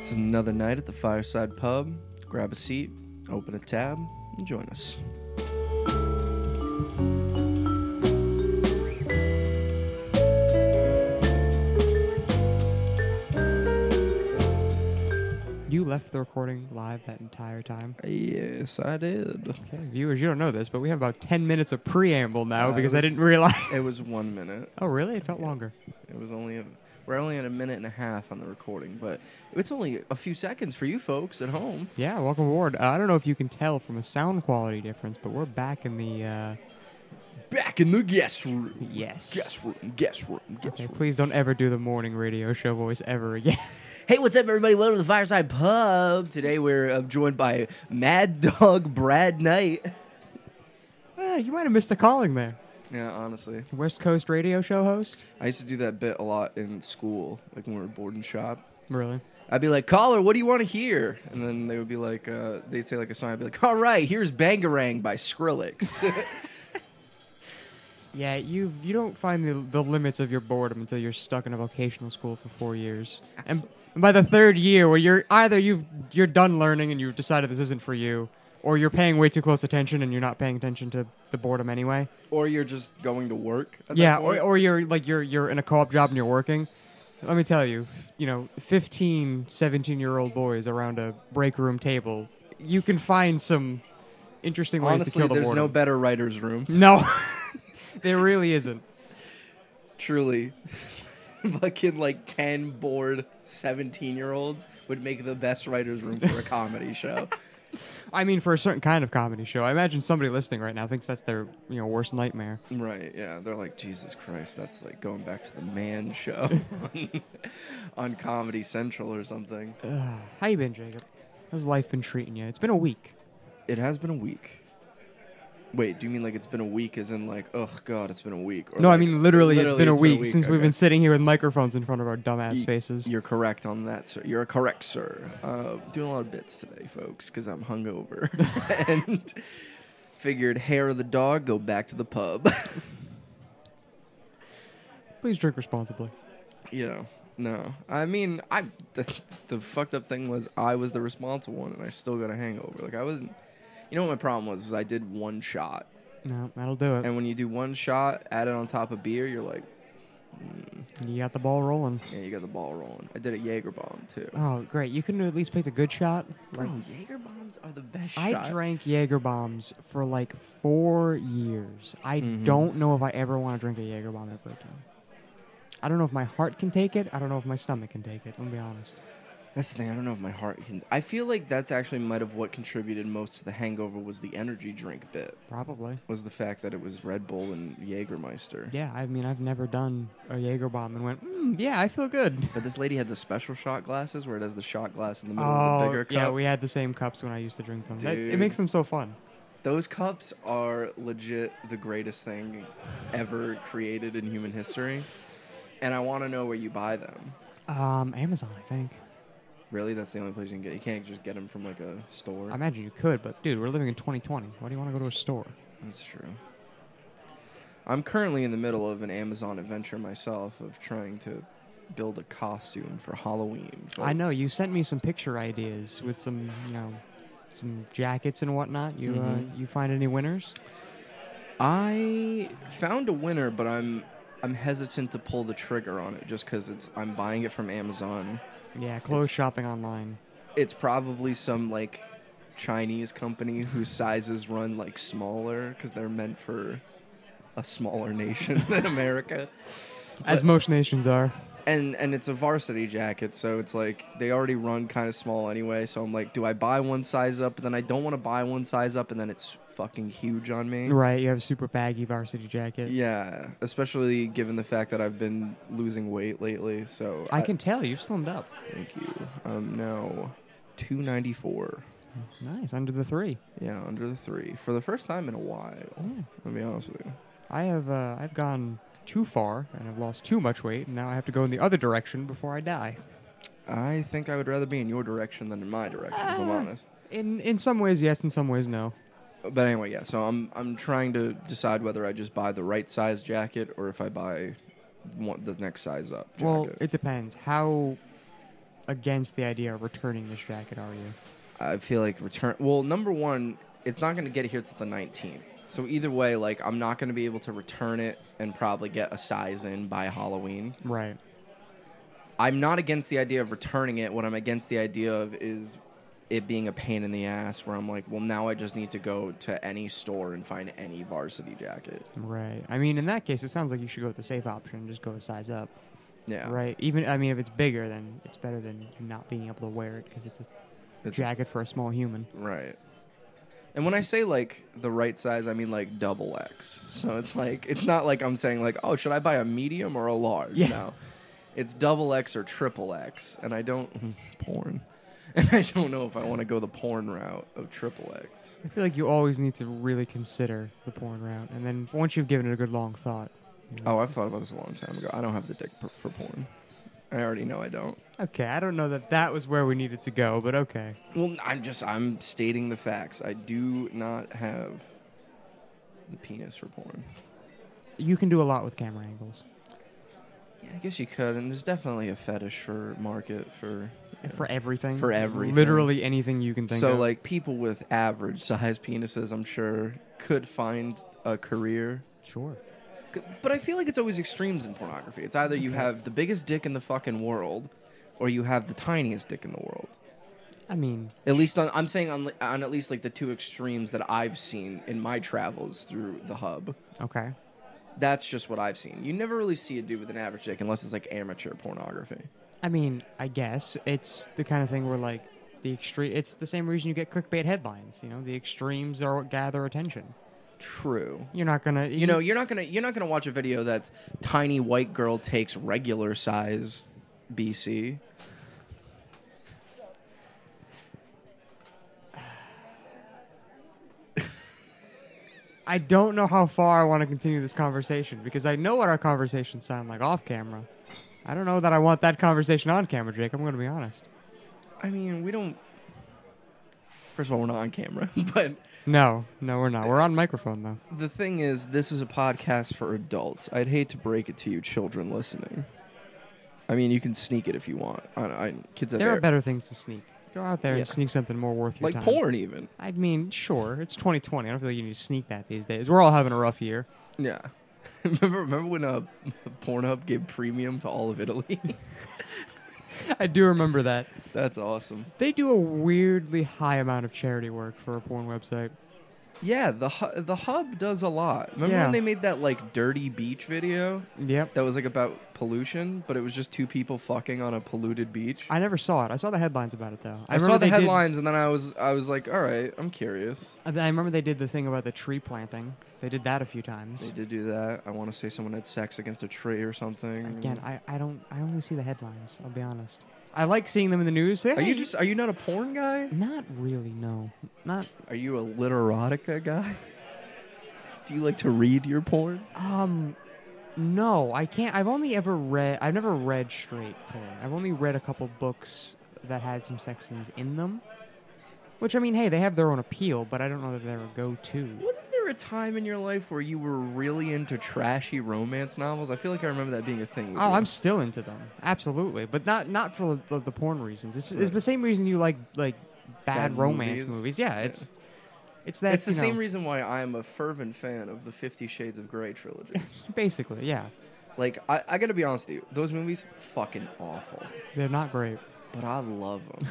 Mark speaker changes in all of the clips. Speaker 1: It's another night at the Fireside Pub. Grab a seat, open a tab, and join us.
Speaker 2: You left the recording live that entire time.
Speaker 1: Yes, I did.
Speaker 2: Okay, viewers, you don't know this, but we have about 10 minutes of preamble now
Speaker 1: Uh, it
Speaker 2: because I
Speaker 1: was-
Speaker 2: didn't realize.
Speaker 1: It was one minute.
Speaker 2: oh, really? It felt longer.
Speaker 1: It was only a, we're only at a minute and a half on the recording, but it's only a few seconds for you folks at home.
Speaker 2: Yeah, welcome aboard. Uh, I don't know if you can tell from a sound quality difference, but we're back in the. Uh,
Speaker 1: Back in the guest room.
Speaker 2: yes.
Speaker 1: room. Guest room. Guest
Speaker 2: Okay, please don't ever do the morning radio show voice ever again.
Speaker 1: Hey, what's up, everybody? Welcome to the Fireside Pub. Today we're uh, joined by Mad Dog Brad Knight.
Speaker 2: Ah, you might have missed the calling there.
Speaker 1: Yeah, honestly.
Speaker 2: West Coast radio show host?
Speaker 1: I used to do that bit a lot in school, like when we were boarding shop.
Speaker 2: Really?
Speaker 1: I'd be like, caller, what do you want to hear? And then they would be like, uh, they'd say like a song. I'd be like, all right, here's Bangarang by Skrillex.
Speaker 2: Yeah, you you don't find the, the limits of your boredom until you're stuck in a vocational school for four years, and, and by the third year, where you're either you've you're done learning and you've decided this isn't for you, or you're paying way too close attention and you're not paying attention to the boredom anyway.
Speaker 1: or you're just going to work. At
Speaker 2: yeah,
Speaker 1: that point.
Speaker 2: or, or you're like you're you're in a co-op job and you're working. Let me tell you, you know, 15, 17 year old boys around a break room table, you can find some interesting ways to
Speaker 1: honestly,
Speaker 2: kill the
Speaker 1: there's no
Speaker 2: boredom.
Speaker 1: better writer's room.
Speaker 2: No, there really isn't.
Speaker 1: Truly, fucking like ten bored seventeen year olds would make the best writer's room for a comedy show.
Speaker 2: I mean, for a certain kind of comedy show. I imagine somebody listening right now thinks that's their you know worst nightmare.
Speaker 1: Right, yeah. They're like, Jesus Christ, that's like going back to the man show on, on Comedy Central or something.
Speaker 2: Ugh. How you been, Jacob? How's life been treating you? It's been a week.
Speaker 1: It has been a week. Wait, do you mean like it's been a week as in like, oh god, it's been a week? Or
Speaker 2: no, I
Speaker 1: like,
Speaker 2: mean literally, it's been a week, since we've
Speaker 1: okay.
Speaker 2: been sitting here with microphones in front of our dumbass
Speaker 1: Y-
Speaker 2: faces.
Speaker 1: You're correct on that, sir. You're correct, sir. Uh, doing a lot of bits today, folks, because I'm hungover. and figured hair of the dog, go back to the pub.
Speaker 2: Please drink responsibly.
Speaker 1: you know, no. I mean, I the, the fucked up thing was I was the responsible one, and I still got a hangover. Like I wasn't. You know what my problem was? Is I did one shot,
Speaker 2: No, that'll do it.
Speaker 1: and when you do one shot, add it on top of beer, you're like,
Speaker 2: You got the ball rolling.
Speaker 1: yeah, you got the ball rolling. I did a Jaeger bomb too.
Speaker 2: Oh, great! You couldn't at least pick a good shot. Like,
Speaker 1: Bro, Jaeger bombs are the best.
Speaker 2: I
Speaker 1: shot.
Speaker 2: drank Jaeger bombs for like four years. I
Speaker 1: Mhm.
Speaker 2: don't know if I ever want to drink a Jaeger bomb ever again. I don't know if my heart can take it. I don't know if my stomach can take it. I'm gonna be honest.
Speaker 1: That's the thing. I don't know if my heart can. I feel like that's actually might have what contributed most to the hangover was the energy drink bit.
Speaker 2: Probably.
Speaker 1: Was the fact that it was Red Bull and Jägermeister.
Speaker 2: Yeah, I mean, I've never done a Jaeger bomb and went, mm, yeah, I feel good.
Speaker 1: But this lady had the special shot glasses where it has the shot glass in the middle of the
Speaker 2: Oh,
Speaker 1: bigger cup.
Speaker 2: yeah, we had the same cups when I used to drink them. That- it
Speaker 1: Dude.
Speaker 2: makes them so fun.
Speaker 1: Those cups are legit the greatest thing ever created in human history. And I want to know where you buy them.
Speaker 2: Um, Amazon, I think.
Speaker 1: Really? That's the only place you can get. You can't just get them from like a store.
Speaker 2: I imagine you could, but dude, we're living in 2020. Why do you want to go to a store?
Speaker 1: That's true. I'm currently in the middle of an Amazon adventure myself of trying to build a costume for Halloween.
Speaker 2: I know
Speaker 1: folks.
Speaker 2: you sent me some picture ideas with some, you know, some jackets and whatnot. You uh,
Speaker 1: Mhm.
Speaker 2: you find any winners?
Speaker 1: I found a winner, but I'm I'm hesitant to pull the trigger on it just because it's I'm buying it from Amazon.
Speaker 2: Yeah, clothes shopping online.
Speaker 1: It's probably some like Chinese company whose sizes run like smaller because they're meant for a smaller nation than America.
Speaker 2: As most nations are.
Speaker 1: and and it's a varsity jacket, so it's like they already run kind of small anyway. So I'm like, do I buy one size up? And then I don't want to buy one size up, and then it's fucking huge on me.
Speaker 2: Right, you have a super baggy varsity jacket.
Speaker 1: Mm-hmm. Yeah, especially given the fact that I've been losing weight lately. So
Speaker 2: I can tell you've slimmed up.
Speaker 1: Thank you. Um, now, two ninety four.
Speaker 2: Nice, under the three.
Speaker 1: Yeah, under the three for the first time in a while.
Speaker 2: Yeah.
Speaker 1: I'll be honest with you.
Speaker 2: I have uh, I've gone too far and I've lost too much weight, and now I have to go in the other direction before I die.
Speaker 1: I think I would rather be in your direction than in my direction, if I'm
Speaker 2: Ah.
Speaker 1: honest.
Speaker 2: In in some ways, yes, in some ways, no.
Speaker 1: But anyway, yeah. So I'm I'm trying to decide whether I just buy the right size jacket or if I buy one, the next size up. Jacket.
Speaker 2: Well, it depends how against the idea of returning this jacket, are you?
Speaker 1: I feel like return. Well, number one, it's not going to get here till the 19th. So either way, like I'm not going to be able to return it and probably get a size in by Halloween.
Speaker 2: Right.
Speaker 1: I'm not against the idea of returning it. What I'm against the idea of is it being a pain in the ass where I'm like, well, now I just need to go to any store and find any varsity jacket.
Speaker 2: Right. I mean, in that case, it sounds like you should go with the safe option and just go a size up.
Speaker 1: Yeah.
Speaker 2: Right. Even I mean, if it's bigger, then it's better than not being able to wear it because it's a
Speaker 1: It's-
Speaker 2: jacket for a small human.
Speaker 1: Right. And when I say like the right size, I mean like double X. So it's like it's not like I'm saying like, oh, should I buy a medium or a large?
Speaker 2: Yeah.
Speaker 1: No. It's double X or triple X, and I don't porn. And I don't know if I want to go the porn route of triple X.
Speaker 2: I feel like you always need to really consider the porn route, and then once you've given it a good long thought. you know-
Speaker 1: Oh, I've thought about this a long time ago. I don't have the dick per- for porn. I already know I don't.
Speaker 2: Okay. I don't know that that was where we needed to go, but okay.
Speaker 1: Well, I'm just I'm stating the facts. I do not have the penis for porn.
Speaker 2: You can do a lot with camera angles
Speaker 1: Yeah, I guess you could, and there's definitely a fetish for market for
Speaker 2: for everything.
Speaker 1: For everything.
Speaker 2: Literally anything you can think
Speaker 1: so
Speaker 2: of.
Speaker 1: like people with average size penises, I'm sure, could find a career.
Speaker 2: sure.
Speaker 1: C- But I feel like it's always extremes in pornography. It's either you
Speaker 2: Okay.
Speaker 1: have the biggest dick in the fucking world, or you have the tiniest dick in the world.
Speaker 2: I mean,
Speaker 1: At least on, I'm saying on, li- on at least like the two extremes that I've seen in my travels through the hub.
Speaker 2: okay.
Speaker 1: That's just what I've seen. You never really see a dude with an average dick unless it's like amateur pornography.
Speaker 2: I mean, I guess it's the kind of thing where like the extreme. It's the same reason you get clickbait headlines. You know, the extremes are what gather attention.
Speaker 1: True.
Speaker 2: You're not gonna.
Speaker 1: You know, you're not gonna you're not gonna watch a video that's tiny white girl takes regular size BC.
Speaker 2: I don't know how far I want to continue this conversation because I know what our conversations sound like off camera. I don't know that I want that conversation on camera, Jake. I'm going to be honest.
Speaker 1: I mean, we don't. First of all, we're not on camera, but
Speaker 2: No, no, we're not. We're on microphone though.
Speaker 1: the thing is, this is a podcast for adults. I'd hate to break it to you, children listening. I mean, you can sneak it if you want. I, I, kids have
Speaker 2: There are
Speaker 1: air-
Speaker 2: better things to sneak. Go out there
Speaker 1: Yeah.
Speaker 2: and sneak something more worth your
Speaker 1: like
Speaker 2: time.
Speaker 1: porn, even.
Speaker 2: I mean, sure, it's 2020. I don't feel like you need to sneak that these days. We're all having a rough year.
Speaker 1: Yeah. remember, remember when uh, Pornhub gave premium to all of Italy?
Speaker 2: I do remember that.
Speaker 1: That's awesome.
Speaker 2: They do a weirdly high amount of charity work for a porn website.
Speaker 1: Yeah, the hu- the hub does a lot. Remember
Speaker 2: Yeah.
Speaker 1: when they made that like dirty beach video
Speaker 2: Yep.
Speaker 1: that was like about pollution, but it was just two people fucking on a polluted beach.
Speaker 2: I never saw it. I saw the headlines about it though.
Speaker 1: I, saw
Speaker 2: remember
Speaker 1: the
Speaker 2: they did-
Speaker 1: headlines and then I was I was like, all right, I'm curious.
Speaker 2: I I remember they did the thing about the tree planting. They did that a few
Speaker 1: They
Speaker 2: times.
Speaker 1: did do that. I want to say someone had sex against a tree or something.
Speaker 2: Again, I, I don't I only see the headlines. I'll be honest. I like seeing them in the news. They-
Speaker 1: are you just are you not a porn guy?
Speaker 2: not really? No, not
Speaker 1: Are you a literotica guy? Do you like to read your porn?
Speaker 2: um. No, I can't. I've only ever read. I've never read straight porn. I've only read a couple books that had some sex scenes in them. Which I mean, hey, they have their own appeal, but I don't know that they're a go-to.
Speaker 1: Wasn't there a time in your life where you were really into trashy romance novels? I feel like I remember that being a thing. with
Speaker 2: Oh,
Speaker 1: you.
Speaker 2: I'm still into them, absolutely, but not not for the, the porn reasons. It's,
Speaker 1: Right.
Speaker 2: it's the same reason you like like bad,
Speaker 1: Bad
Speaker 2: romance
Speaker 1: movies.
Speaker 2: movies. Yeah, it's it's that.
Speaker 1: it's the
Speaker 2: you know,
Speaker 1: same reason why I'm a fervent fan of the Fifty Shades of Grey trilogy.
Speaker 2: Basically, yeah,
Speaker 1: like, I, I gotta be honest with you, those movies fucking awful,
Speaker 2: they're not great.
Speaker 1: but I love them.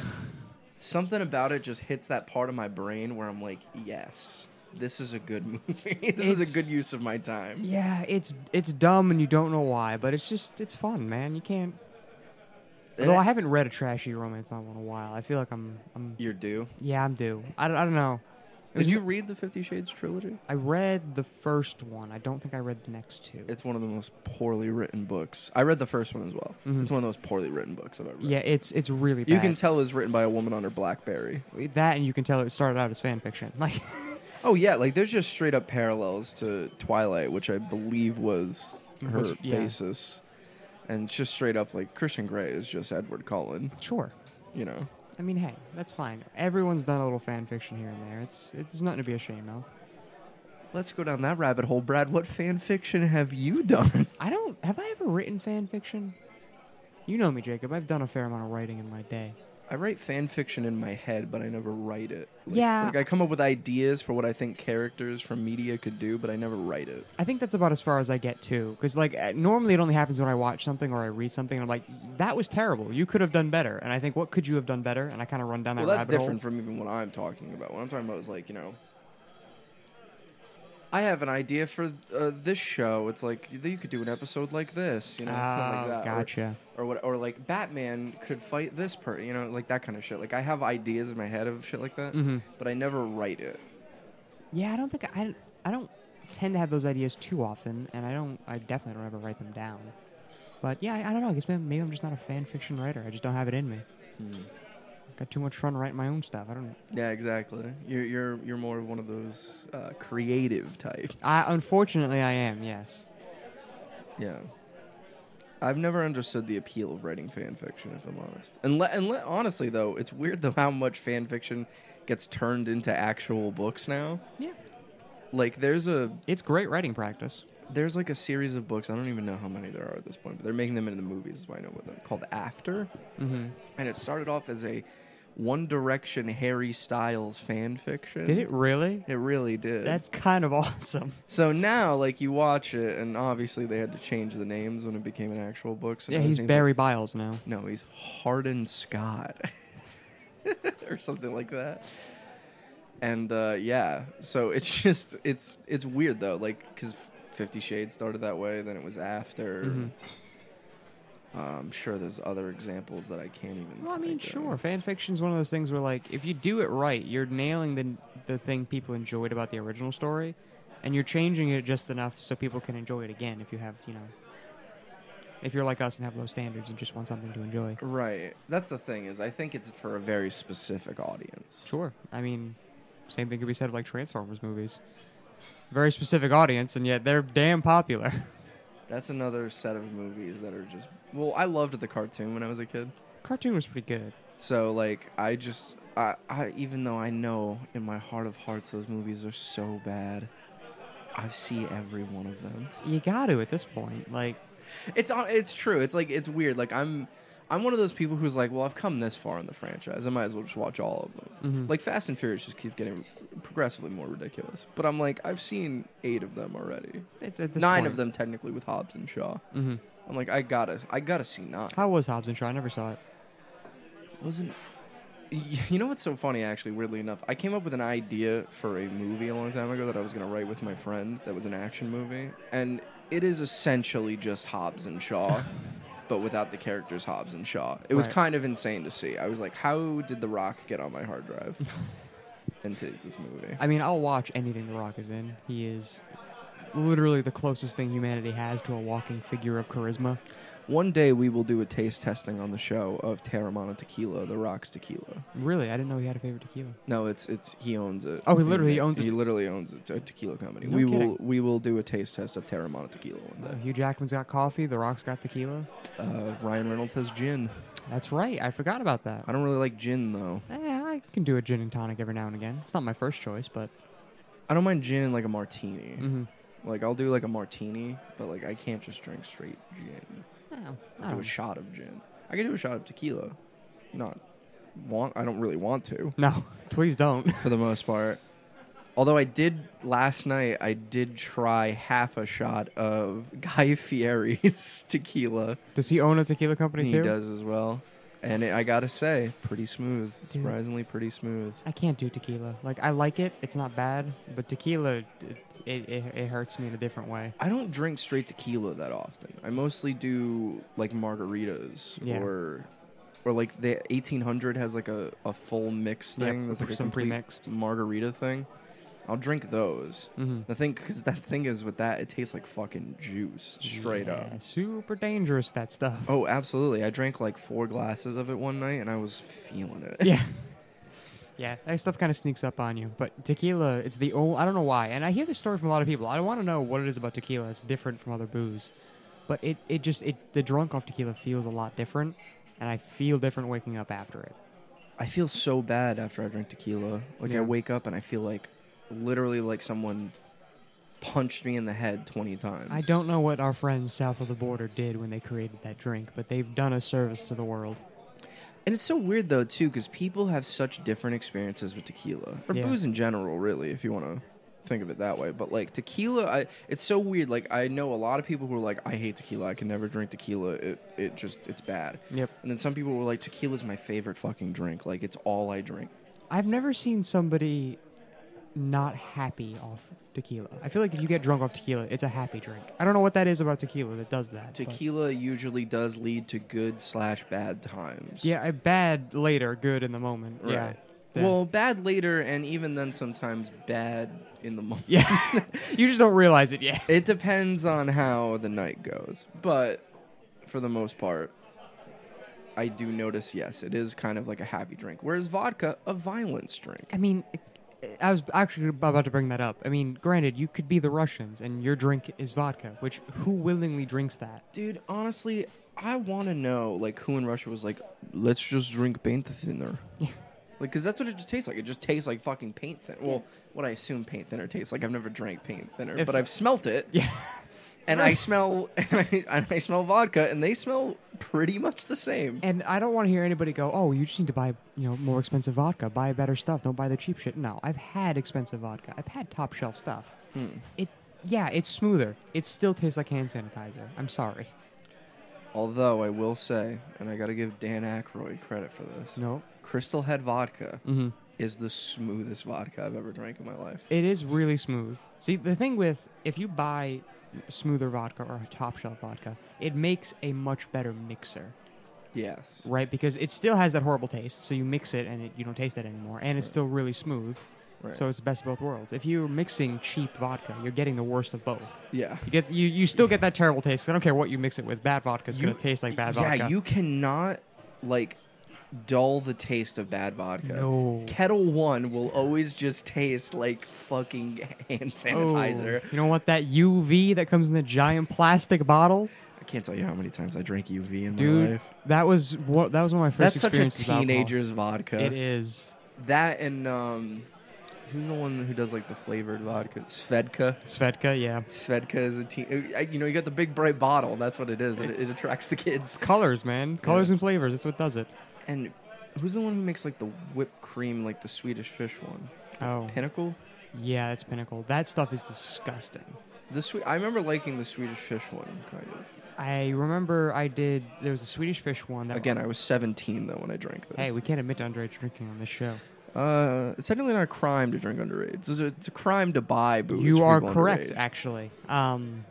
Speaker 1: Something about it just hits that part of my brain where I'm like, yes, this is a good movie. this is
Speaker 2: It's-
Speaker 1: a good use of my time.
Speaker 2: Yeah, it's it's dumb and you don't know why, but it's just it's fun, man. You can't.
Speaker 1: Eh.
Speaker 2: Although I haven't read a trashy romance novel in a while, I feel like I'm I'm
Speaker 1: Eh, You're due.
Speaker 2: yeah I'm due. I don't, I don't know. It
Speaker 1: Did
Speaker 2: was-
Speaker 1: you read the Fifty Shades trilogy?
Speaker 2: I read the first one. I don't think I read the next two.
Speaker 1: It's one of the most poorly written books. I read the first one as well.
Speaker 2: Mhm.
Speaker 1: It's one of the most poorly written books I've ever read.
Speaker 2: yeah, it's it's really bad.
Speaker 1: You can tell it was written by a woman on her Blackberry.
Speaker 2: that, and you can tell it started out as fan fiction. Like,
Speaker 1: Oh yeah, like there's just straight up parallels to Twilight, which I believe was her
Speaker 2: Was- yeah.
Speaker 1: basis, and it's just straight up like Christian Grey is just Edward Cullen,
Speaker 2: sure.
Speaker 1: you know.
Speaker 2: I mean, hey, that's fine. Everyone's done a little fan fiction here and there. It's it's nothing to be ashamed of.
Speaker 1: Let's go down that rabbit hole, Brad. What fan fiction have you done?
Speaker 2: I don't have I ever written fan fiction? You know me, Jacob. I've done a fair amount of writing in my day.
Speaker 1: I write fan fiction in my head, but I never write it. Like,
Speaker 2: Yeah.
Speaker 1: Like I come up with ideas for what I think characters from media could do, but I never write it.
Speaker 2: I think that's about as far as I get too, because like uh, normally it only happens when I watch something or I read something, and I'm like, that was terrible. You could have done better, and I think, what could you have done better? And I kind of run down that.
Speaker 1: Well, that's
Speaker 2: rabbit hole.
Speaker 1: different from even what I'm talking about. What I'm talking about is like, you know, I have an idea for uh, this show. It's like you you could do an episode like this, you know, something
Speaker 2: Oh,
Speaker 1: like that. Or-
Speaker 2: gotcha.
Speaker 1: Or, what? Or like Batman could fight this person, you know, like that kind of shit. Like I have ideas in my head of shit like that,
Speaker 2: Mhm.
Speaker 1: but I never write it.
Speaker 2: Yeah, I don't think I, I don't tend to have those ideas too often, and I don't. I definitely don't ever write them down. But yeah, I, I don't know. I guess maybe, maybe I'm just not a fan fiction writer. I just don't have it in me. Mm. Got too much fun writing my own stuff. I don't.
Speaker 1: Yeah, exactly. You're you're you're more of one of those uh, creative types.
Speaker 2: I unfortunately I am. Yes.
Speaker 1: Yeah. I've never understood the appeal of writing fan fiction, if I'm honest. And, le- and le- honestly, though, it's weird though how much fan fiction gets turned into actual books now.
Speaker 2: Yeah.
Speaker 1: Like there's a
Speaker 2: It's great writing practice.
Speaker 1: there's like a series of books. I don't even know how many there are at this point, but they're making them into the movies. Is why I know about them. Called After,
Speaker 2: Mm-hmm.
Speaker 1: and it started off as a One Direction Harry Styles fan fiction.
Speaker 2: Did it really?
Speaker 1: It really did.
Speaker 2: That's kind of awesome.
Speaker 1: So now, like, you watch it, and obviously they had to change the names when it became an actual book. So
Speaker 2: Yeah,
Speaker 1: now his
Speaker 2: he's
Speaker 1: name's, like,
Speaker 2: Barry Biles now.
Speaker 1: no, he's Harden Scott, or something like that. And uh, yeah, so it's just it's it's weird though, like because Fifty Shades started that way, then it was after.
Speaker 2: Mhm.
Speaker 1: Uh, I'm sure there's other examples that I can't even.
Speaker 2: Well, I mean,
Speaker 1: think of.
Speaker 2: sure. Fan fiction's one of those things where, like, if you do it right, you're nailing the the thing people enjoyed about the original story, and you're changing it just enough so people can enjoy it again. If you have, you know, if you're like us and have low standards and just want something to enjoy.
Speaker 1: Right. That's the thing is, I think it's for a very specific audience.
Speaker 2: Sure. I mean, same thing could be said of like Transformers movies. Very specific audience, and yet they're damn popular.
Speaker 1: That's another set of movies that are just. Well, I loved the cartoon when I was a kid.
Speaker 2: Cartoon was pretty good.
Speaker 1: So like I just I, I even though I know in my heart of hearts those movies are so bad, I see every one of them.
Speaker 2: You got to at this point, like.
Speaker 1: It's on it's true. It's like it's weird. Like I'm I'm one of those people who's like, well, I've come this far in the franchise. I might as well just watch all of them.
Speaker 2: mhm.
Speaker 1: Like Fast and Furious just keep getting progressively more ridiculous. But I'm like, I've seen eight of them already.
Speaker 2: At- at this
Speaker 1: Nine of
Speaker 2: point.
Speaker 1: them technically with Hobbs and Shaw.
Speaker 2: Mhm.
Speaker 1: I'm like, I gotta I gotta see nine.
Speaker 2: How was Hobbs and Shaw? I never saw it.
Speaker 1: wasn't Y- you know what's so funny actually weirdly enough i came up with an idea for a movie a long time ago that i was going to write with my friend that was an action movie and it is essentially just hobbs and shaw but without the characters hobbs and shaw it was
Speaker 2: Right.
Speaker 1: kind of insane to see i was like how did the rock get on my hard drive into this movie
Speaker 2: I mean, I'll watch anything The Rock is in. He is literally the closest thing humanity has to a walking figure of charisma.
Speaker 1: one day we will do a taste testing on the show of terramana tequila the rock's tequila
Speaker 2: Really, I didn't know he had a favorite tequila.
Speaker 1: No, it's it's he owns it.
Speaker 2: Oh, he literally owns a
Speaker 1: He
Speaker 2: te-
Speaker 1: literally owns a, te- a tequila company.
Speaker 2: No
Speaker 1: we will
Speaker 2: kidding.
Speaker 1: we will do a taste test of Terramana tequila
Speaker 2: Uh,
Speaker 1: one
Speaker 2: Hugh Jackman's got coffee. The Rock's got tequila.
Speaker 1: day. Uh, Ryan Reynolds has gin.
Speaker 2: That's right. I forgot about that.
Speaker 1: I don't really like gin though.
Speaker 2: Eh, I can do a gin and tonic every now and again. It's not my first choice, but
Speaker 1: I don't mind gin in like a martini.
Speaker 2: hmm
Speaker 1: Like I'll do like a martini, but like I can't just drink straight gin.
Speaker 2: Oh, I
Speaker 1: do a
Speaker 2: don't.
Speaker 1: shot of gin. I can do a shot of tequila. Not want. I don't really want to.
Speaker 2: no, please don't.
Speaker 1: for the most part. Although I did last night, I did try half a shot of Guy Fieri's tequila.
Speaker 2: Does he own a tequila company
Speaker 1: He
Speaker 2: too?
Speaker 1: does as well, and it, I gotta say, pretty smooth.
Speaker 2: Dude.
Speaker 1: Surprisingly, pretty smooth.
Speaker 2: I can't do tequila. Like I like it. It's not bad, but tequila, it it, it, it hurts me in a different way.
Speaker 1: I don't drink straight tequila that often. I mostly do like margaritas
Speaker 2: Yeah.
Speaker 1: or, or like the 1800 has like a, a full mix
Speaker 2: Yeah,
Speaker 1: thing. that's like a
Speaker 2: some
Speaker 1: complete
Speaker 2: pre-mixed.
Speaker 1: margarita thing. I'll drink those.
Speaker 2: Mm-hmm.
Speaker 1: The thing, because that thing is with that, it tastes like fucking juice, straight up.
Speaker 2: Yeah, Super dangerous that stuff.
Speaker 1: Oh, absolutely. I drank like four glasses of it one night and I was feeling it.
Speaker 2: Yeah. Yeah, that stuff kind of sneaks up on you. But tequila, it's the only, I don't know why. And I hear this story from a lot of people. I want to know what it is about tequila that's different from other booze. But it, it just, it the drunk off tequila feels a lot different. And I feel different waking up after it.
Speaker 1: I feel so bad after I drink tequila. Like I
Speaker 2: Yeah.
Speaker 1: wake up and I feel like literally like someone punched me in the head 20 times.
Speaker 2: I don't know what our friends south of the border did when they created that drink, but they've done a service to the world.
Speaker 1: And it's so weird though too, because people have such different experiences with tequila or
Speaker 2: Yeah.
Speaker 1: booze in general, really, if you want to think of it that way. But like tequila, I, it's so weird. Like I know a lot of people who are like, I hate tequila. I can never drink tequila. It it just it's bad.
Speaker 2: Yep.
Speaker 1: And then some people were like, tequila's my favorite fucking drink. Like it's all I drink.
Speaker 2: I've never seen somebody not happy off tequila. I feel like if you get drunk off tequila, it's a happy drink. I don't know what that is about tequila that does that. but-
Speaker 1: Tequila usually does lead to good slash bad times.
Speaker 2: Yeah, a bad later, good in the moment.
Speaker 1: Right.
Speaker 2: Yeah. Yeah.
Speaker 1: Well, bad later, and even then, sometimes bad in the moment.
Speaker 2: yeah. you just don't realize it yet.
Speaker 1: It depends on how the night goes, but for the most part, I do notice. Yes, it is kind of like a happy drink, whereas vodka, a violence drink.
Speaker 2: I mean, I was actually about to bring that up. I mean, granted, you could be the Russians and your drink is vodka, which who willingly drinks that?
Speaker 1: Dude, honestly, I want to know like who in Russia was like, let's just drink paint thinner.
Speaker 2: Yeah.
Speaker 1: Like, cause that's what it just tastes like. It just tastes like fucking paint thinner. Well, what I assume paint thinner tastes like. I've never drank paint thinner,
Speaker 2: If-
Speaker 1: but I've smelt it.
Speaker 2: Yeah.
Speaker 1: and I smell and I, and I smell vodka, and they smell pretty much the same.
Speaker 2: And I don't want to hear anybody go, "Oh, you just need to buy, you know, more expensive vodka. Buy better stuff. Don't buy the cheap shit." No, I've had expensive vodka. I've had top shelf stuff.
Speaker 1: Hmm.
Speaker 2: It, yeah, it's smoother. It still tastes like hand sanitizer. I'm sorry.
Speaker 1: Although I will say, and I got to give Dan Aykroyd credit for this,
Speaker 2: No.
Speaker 1: Crystal Head Vodka
Speaker 2: Mm-hmm.
Speaker 1: is the smoothest vodka I've ever drank in my life.
Speaker 2: It is really smooth. See, the thing with if you buy smoother vodka or top shelf vodka, it makes a much better mixer,
Speaker 1: Yes.
Speaker 2: right? Because it still has that horrible taste. So you mix it and it, you don't taste that anymore, and it's
Speaker 1: Right.
Speaker 2: still really smooth.
Speaker 1: Right.
Speaker 2: So it's the best of both worlds. If you're mixing cheap vodka, you're getting the worst of both.
Speaker 1: yeah.
Speaker 2: You get you, you still get that terrible taste. I don't care what you mix it with. Bad vodka is
Speaker 1: You-
Speaker 2: gonna taste like bad
Speaker 1: yeah,
Speaker 2: vodka.
Speaker 1: you cannot like dull the taste of bad vodka.
Speaker 2: No.
Speaker 1: Kettle One will always just taste like fucking hand sanitizer.
Speaker 2: Oh, you know what? That UV that comes in the giant plastic bottle,
Speaker 1: I can't tell you how many times I drank UV in my
Speaker 2: Oh. dude.
Speaker 1: life.
Speaker 2: That was what that was one of my first
Speaker 1: That's such a
Speaker 2: experiences with alcohol.
Speaker 1: teenager's vodka.
Speaker 2: It is
Speaker 1: That and um, who's the one who does like the flavored vodka? Svedka.
Speaker 2: Svedka. Yeah,
Speaker 1: Svedka is a teen. uh, You know, you got the big bright bottle. That's what it is. It, it attracts the kids.
Speaker 2: colors, man. Colors and flavors. That's what does it.
Speaker 1: And who's the one who makes like the whipped cream, like the Swedish fish one?
Speaker 2: Oh,
Speaker 1: Pinnacle.
Speaker 2: yeah, it's pinnacle. That stuff is disgusting.
Speaker 1: The sweet. I remember liking the Swedish fish one, kind of.
Speaker 2: I remember I did. There was a Swedish fish one that
Speaker 1: Again, I was 17 though when I drank this.
Speaker 2: Hey, we can't admit to underage drinking on this show.
Speaker 1: Uh, it's technically not a crime to drink underage. It's a, it's a crime to buy booze.
Speaker 2: You
Speaker 1: for
Speaker 2: are
Speaker 1: people
Speaker 2: correct,
Speaker 1: underage.
Speaker 2: actually. Um,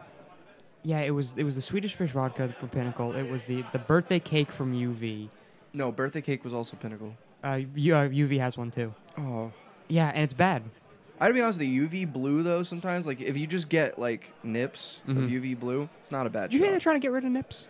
Speaker 2: yeah, it was it was the Swedish fish vodka from Pinnacle. It was the the birthday cake from UV.
Speaker 1: No, birthday cake was also Pinnacle.
Speaker 2: Uh, U- uh, UV has one too.
Speaker 1: Oh.
Speaker 2: Yeah, and it's bad.
Speaker 1: I gotta be honest with you, UV blue though sometimes, like if you just get like nips of
Speaker 2: Mhm.
Speaker 1: UV blue, it's not a bad
Speaker 2: Did you hear they're
Speaker 1: shot.
Speaker 2: trying to get rid of nips?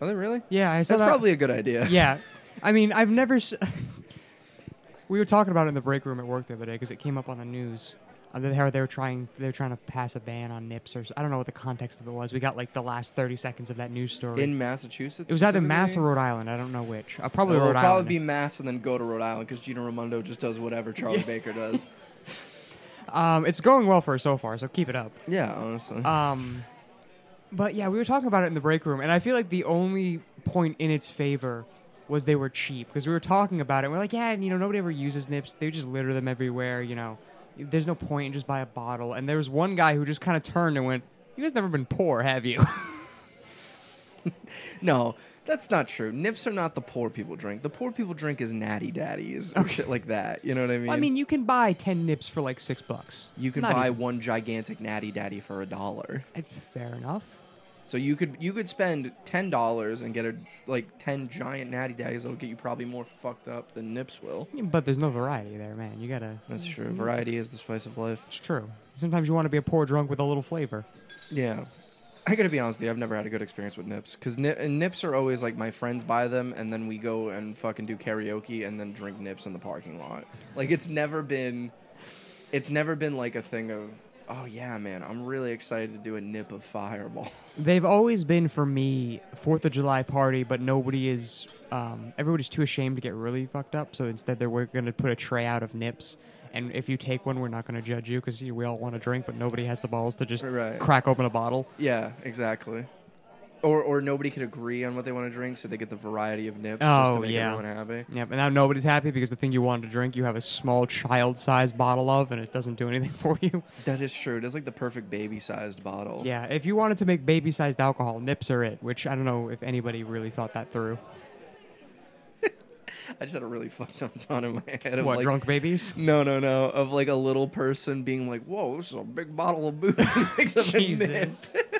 Speaker 1: Are they really?
Speaker 2: Yeah, I saw
Speaker 1: That's
Speaker 2: that.
Speaker 1: probably a good idea.
Speaker 2: yeah, I mean, I've never. S- we were talking about it in the break room at work the other day because it came up on the news. Uh, they- how they were trying they were trying to pass a ban on nips or s- I don't know what the context of it was. We got like the last thirty seconds of that news story.
Speaker 1: In Massachusetts?
Speaker 2: it was either Mass or
Speaker 1: specifically?
Speaker 2: Rhode Island. I don't know which. Uh, probably
Speaker 1: It'll
Speaker 2: Rhode
Speaker 1: probably
Speaker 2: Island.
Speaker 1: be Mass and then go to Rhode Island because Gina Raimondo just does whatever Charlie Baker does.
Speaker 2: Um, it's going well for her so far, so keep it up.
Speaker 1: Yeah, honestly.
Speaker 2: Um, but yeah, we were talking about it in the break room, and I feel like the only point in its favor was they were cheap because we were talking about it. And we're like, yeah, and, you know, nobody ever uses nips; they just litter them everywhere. You know, there's no point in just buy a bottle. And there was one guy who just kind of turned and went, "You guys never been poor, have you?"
Speaker 1: no, that's not true. Nips are not the poor people drink. The poor people drink is natty daddies or shit like that. You know what I mean?
Speaker 2: I mean, you can buy ten nips for like six bucks.
Speaker 1: you can
Speaker 2: Not
Speaker 1: buy
Speaker 2: even-
Speaker 1: one gigantic natty daddy for a dollar.
Speaker 2: Eh, Fair enough.
Speaker 1: So you could you could spend ten dollars and get a like ten giant natty daddies that'll get you probably more fucked up than nips will.
Speaker 2: But there's no variety there, man. You gotta.
Speaker 1: That's true. Variety is the spice of life.
Speaker 2: It's true. Sometimes you want to be a poor drunk with a little flavor.
Speaker 1: Yeah. I gotta be honest with you, I've never had a good experience with nips. Because nips are always like my friends buy them and then we go and fucking do karaoke and then drink nips in the parking lot. Like it's never been it's never been like a thing of oh yeah man, I'm really excited to do a nip of fireball.
Speaker 2: They've always been for me Fourth of July party, but nobody is. Um, everybody's too ashamed to get really fucked up, so instead they're we're gonna put a tray out of nips, And if you take one, we're not going to judge you because we all want to drink, but nobody has the balls to just
Speaker 1: Right.
Speaker 2: crack open a bottle.
Speaker 1: Yeah, exactly. Or or nobody could agree on what they want to drink, so they get the variety of nips just to
Speaker 2: Oh,
Speaker 1: make
Speaker 2: yeah.
Speaker 1: everyone happy.
Speaker 2: Yep. And now nobody's happy because the thing you wanted to drink, you have a small child-sized bottle of, and it doesn't do anything for you.
Speaker 1: That is true. It is like the perfect baby-sized bottle.
Speaker 2: Yeah. If you wanted to make baby-sized alcohol, nips are it. Which I don't know if anybody really thought that through.
Speaker 1: I just had a really fucked up thought in my head of
Speaker 2: What
Speaker 1: like,
Speaker 2: drunk babies?
Speaker 1: No, no, no. Of like a little person being like, "Whoa, this is a big bottle of booze." Picks up a
Speaker 2: Jesus.
Speaker 1: nip.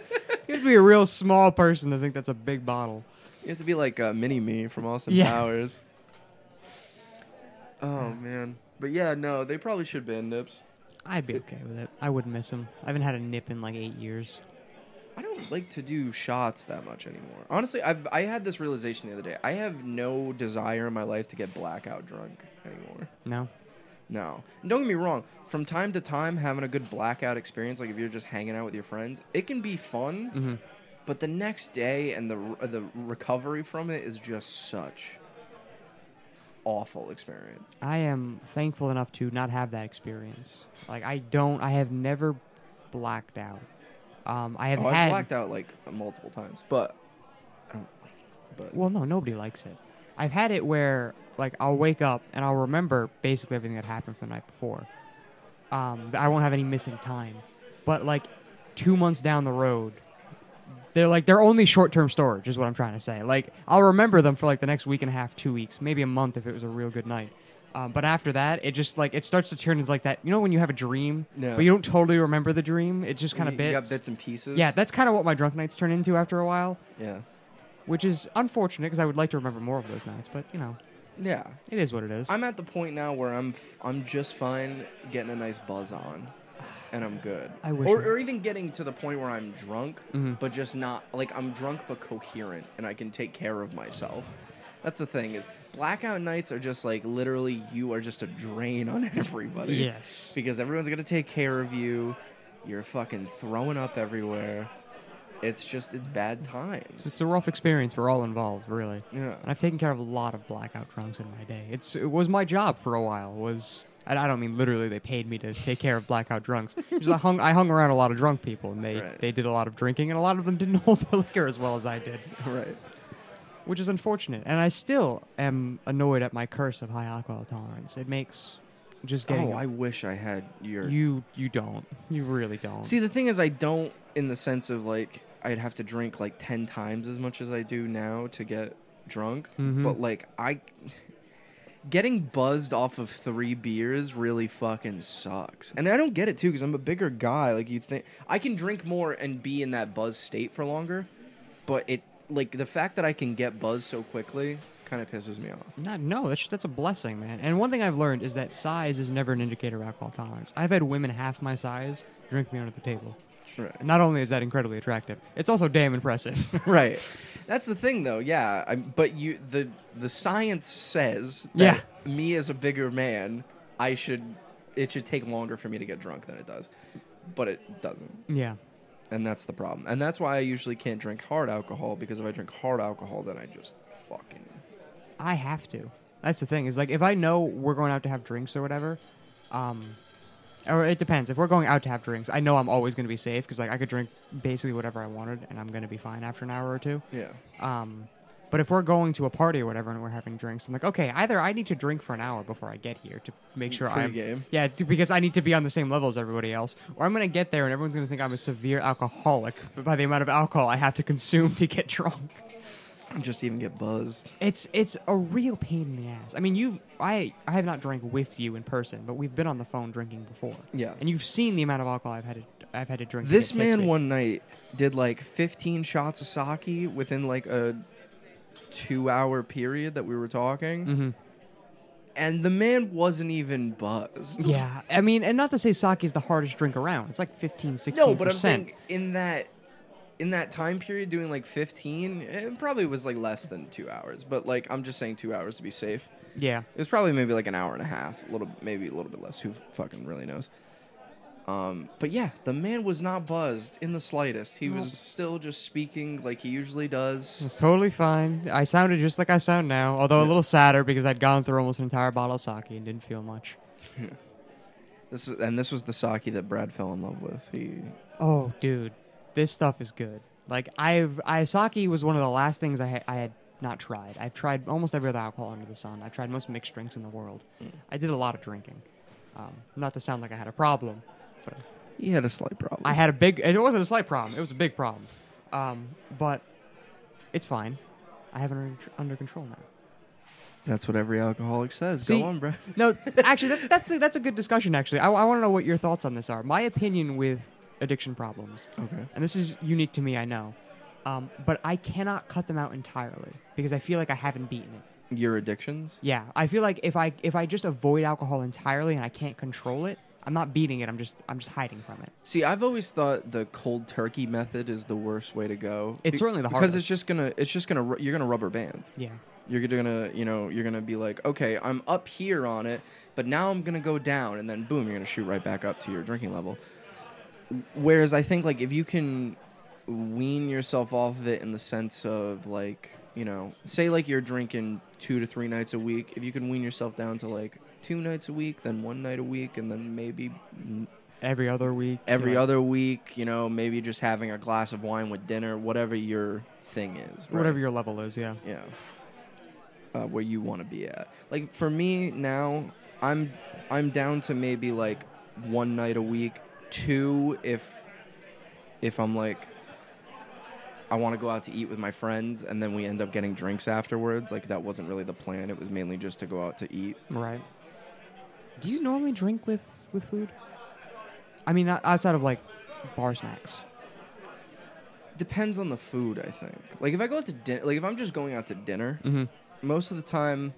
Speaker 2: You have to be a real small person to think that's a big bottle.
Speaker 1: You have to be like uh, Mini Me from Austin
Speaker 2: Yeah.
Speaker 1: Powers. Oh man, but yeah, no, they probably should ban nips.
Speaker 2: I'd be okay with it. I wouldn't miss them. I haven't had a nip in like eight years.
Speaker 1: I don't like to do shots that much anymore. Honestly, I've I had this realization the other day. I have no desire in my life to get blackout drunk anymore.
Speaker 2: No.
Speaker 1: No. And don't get me wrong, from time to time having a good blackout experience, like if you're just hanging out with your friends, it can be fun,
Speaker 2: Mm-hmm.
Speaker 1: but the next day and the r- the recovery from it is just such awful experience.
Speaker 2: I am thankful enough to not have that experience. Like I don't. I have never blacked out. Um, I have
Speaker 1: Oh,
Speaker 2: had.
Speaker 1: I've blacked out like multiple times, but I don't like it. But
Speaker 2: Well, no, nobody likes it. I've had it where like I'll wake up and I'll remember basically everything that happened from the night before. Um, I won't have any missing time. But like two months down the road, they're like they're only short term storage is what I'm trying to say. Like I'll remember them for like the next week and a half, two weeks, maybe a month if it was a real good night. Um, but after that, it just like it starts to turn into like that. You know when you have a dream,
Speaker 1: Yeah.
Speaker 2: but you don't totally remember the dream. It just kind
Speaker 1: You-
Speaker 2: of
Speaker 1: you
Speaker 2: bits.
Speaker 1: got bits and pieces.
Speaker 2: yeah, that's kind of what my drunk nights turn into after a while
Speaker 1: yeah,
Speaker 2: which is unfortunate because I would like to remember more of those nights. But you know,
Speaker 1: yeah.
Speaker 2: it is what it is.
Speaker 1: I'm at the point now where I'm f- I'm just fine getting a nice buzz on, and I'm good.
Speaker 2: I wish
Speaker 1: or,
Speaker 2: I-
Speaker 1: or even getting to the point where I'm drunk,
Speaker 2: Mhm.
Speaker 1: but just not like I'm drunk but coherent, and I can take care of myself. That's the thing is blackout nights are just like literally you are just a drain on everybody.
Speaker 2: yes.
Speaker 1: because everyone's gonna take care of you. You're fucking throwing up everywhere. It's just it's bad times.
Speaker 2: It's a rough experience for all involved, really.
Speaker 1: Yeah.
Speaker 2: And I've taken care of a lot of blackout drunks in my day. It's it was my job for a while. Was and I don't mean literally they paid me to take care of blackout drunks. Because I hung I hung around a lot of drunk people and they,
Speaker 1: Right.
Speaker 2: they did a lot of drinking and a lot of them didn't hold their liquor as well as I did.
Speaker 1: Right.
Speaker 2: Which is unfortunate. And I still am annoyed at my curse of high alcohol tolerance. It makes just getting
Speaker 1: Oh, I wish I had your
Speaker 2: you you don't. You really don't.
Speaker 1: See, the thing is, I don't in the sense of like I'd have to drink like ten times as much as I do now to get drunk.
Speaker 2: Mhm.
Speaker 1: But like I, getting buzzed off of three beers really fucking sucks, and I don't get it too because I'm a bigger guy. Like you think I can drink more and be in that buzz state for longer, but it like the fact that I can get buzzed so quickly kind of pisses me off.
Speaker 2: Not, no, that's that's a blessing, man. And one thing I've learned is that size is never an indicator of alcohol tolerance. I've had women half my size drink me under the table.
Speaker 1: Right.
Speaker 2: Not only is that incredibly attractive, it's also damn impressive.
Speaker 1: right that's the thing though yeah I, but you the the science says
Speaker 2: Yeah.
Speaker 1: that me as a bigger man i should it should take longer for me to get drunk than it does but it doesn't
Speaker 2: yeah,
Speaker 1: and that's the problem and that's why i usually can't drink hard alcohol because if i drink hard alcohol then i just fucking
Speaker 2: I have to. That's the thing is like if I know we're going out to have drinks or whatever, um, or it depends. If we're going out to have drinks, I know I'm always going to be safe because like I could drink basically whatever I wanted and I'm going to be fine after an hour or two.
Speaker 1: yeah
Speaker 2: Um, but if we're going to a party or whatever and we're having drinks, I'm like, okay, either I need to drink for an hour before I get here to make sure I'm
Speaker 1: Pre-game.
Speaker 2: yeah, to, because I need to be on the same level as everybody else, or I'm gonna get there and everyone's gonna think I'm a severe alcoholic by the amount of alcohol I have to consume to get drunk.
Speaker 1: And just even get buzzed
Speaker 2: It's it's a real pain in the ass. I mean, you I I have not drank with you in person, but we've been on the phone drinking before.
Speaker 1: Yeah.
Speaker 2: and you've seen the amount of alcohol I've had to, I've had to drink. to
Speaker 1: this
Speaker 2: get
Speaker 1: man
Speaker 2: tipsy.
Speaker 1: one night did like 15 shots of sake within like a two hour period that we were talking
Speaker 2: Mhm.
Speaker 1: and the man wasn't even buzzed
Speaker 2: Yeah, I mean, and not to say sake is the hardest drink around. It's like 15, 16
Speaker 1: No, but I'm saying in that in that time period doing like 15, it probably was like less than 2 hours, but like I'm just saying 2 hours to be safe.
Speaker 2: Yeah.
Speaker 1: It was probably maybe like an hour and a half, a little maybe a little bit less, who fucking really knows. Um, but yeah, the man was not buzzed in the slightest. He was still just speaking like he usually does.
Speaker 2: It's totally fine. I sounded just like I sound now, although a little sadder because I'd gone through almost an entire bottle of sake and didn't feel much.
Speaker 1: This is, and this was the sake that Brad fell in love with. He
Speaker 2: Oh, dude, this stuff is good. Like I've I sake was one of the last things I had, I had not tried. I've tried almost every other alcohol under the sun. I've tried most mixed drinks in the world. I did a lot of drinking. Um, not to sound like I had a problem, but
Speaker 1: he had a slight problem.
Speaker 2: I had a big. It wasn't a slight problem. It was a big problem. Um, but it's fine. I have it under, under control now.
Speaker 1: That's what every alcoholic says.
Speaker 2: See-
Speaker 1: Go on, Brad.
Speaker 2: No, actually, that, that's a, that's a good discussion. Actually, I, I want to know what your thoughts on this are. My opinion with addiction problems,
Speaker 1: Okay.
Speaker 2: and this is unique to me, I know, um, but I cannot cut them out entirely because I feel like I haven't beaten it.
Speaker 1: Your addictions.
Speaker 2: Yeah, I feel like if I if I just avoid alcohol entirely and I can't control it, I'm not beating it. I'm just I'm just hiding from it.
Speaker 1: See, I've always thought the cold turkey method is the worst way to go.
Speaker 2: It's certainly the
Speaker 1: because it's
Speaker 2: hardest.
Speaker 1: just gonna it's just gonna ru- you're gonna rubber band.
Speaker 2: Yeah,
Speaker 1: You're gonna you know you're gonna be like okay I'm up here on it, but now I'm gonna go down and then boom you're gonna shoot right back up to your drinking level. Whereas I think like if you can wean yourself off of it in the sense of like you know say like you're drinking two to three nights a week if you can wean yourself down to like two nights a week then one night a week and then maybe
Speaker 2: every other week.
Speaker 1: every
Speaker 2: you know,
Speaker 1: other week, you know, maybe just having a glass of wine with dinner, whatever your thing is. Right?
Speaker 2: whatever your level is. Yeah.
Speaker 1: Yeah. Uh, where you want to be at. Like for me now, I'm I'm down to maybe like one night a week, two if if I'm like I want to go out to eat with my friends and then we end up getting drinks afterwards. Like that wasn't really the plan. It was mainly just to go out to eat.
Speaker 2: Right. Do you normally drink with with food? I mean, o- outside of like bar snacks.
Speaker 1: Depends on the food, I think. Like if I go out to dinner, like if I'm just going out to dinner,
Speaker 2: Mm-hmm.
Speaker 1: most of the time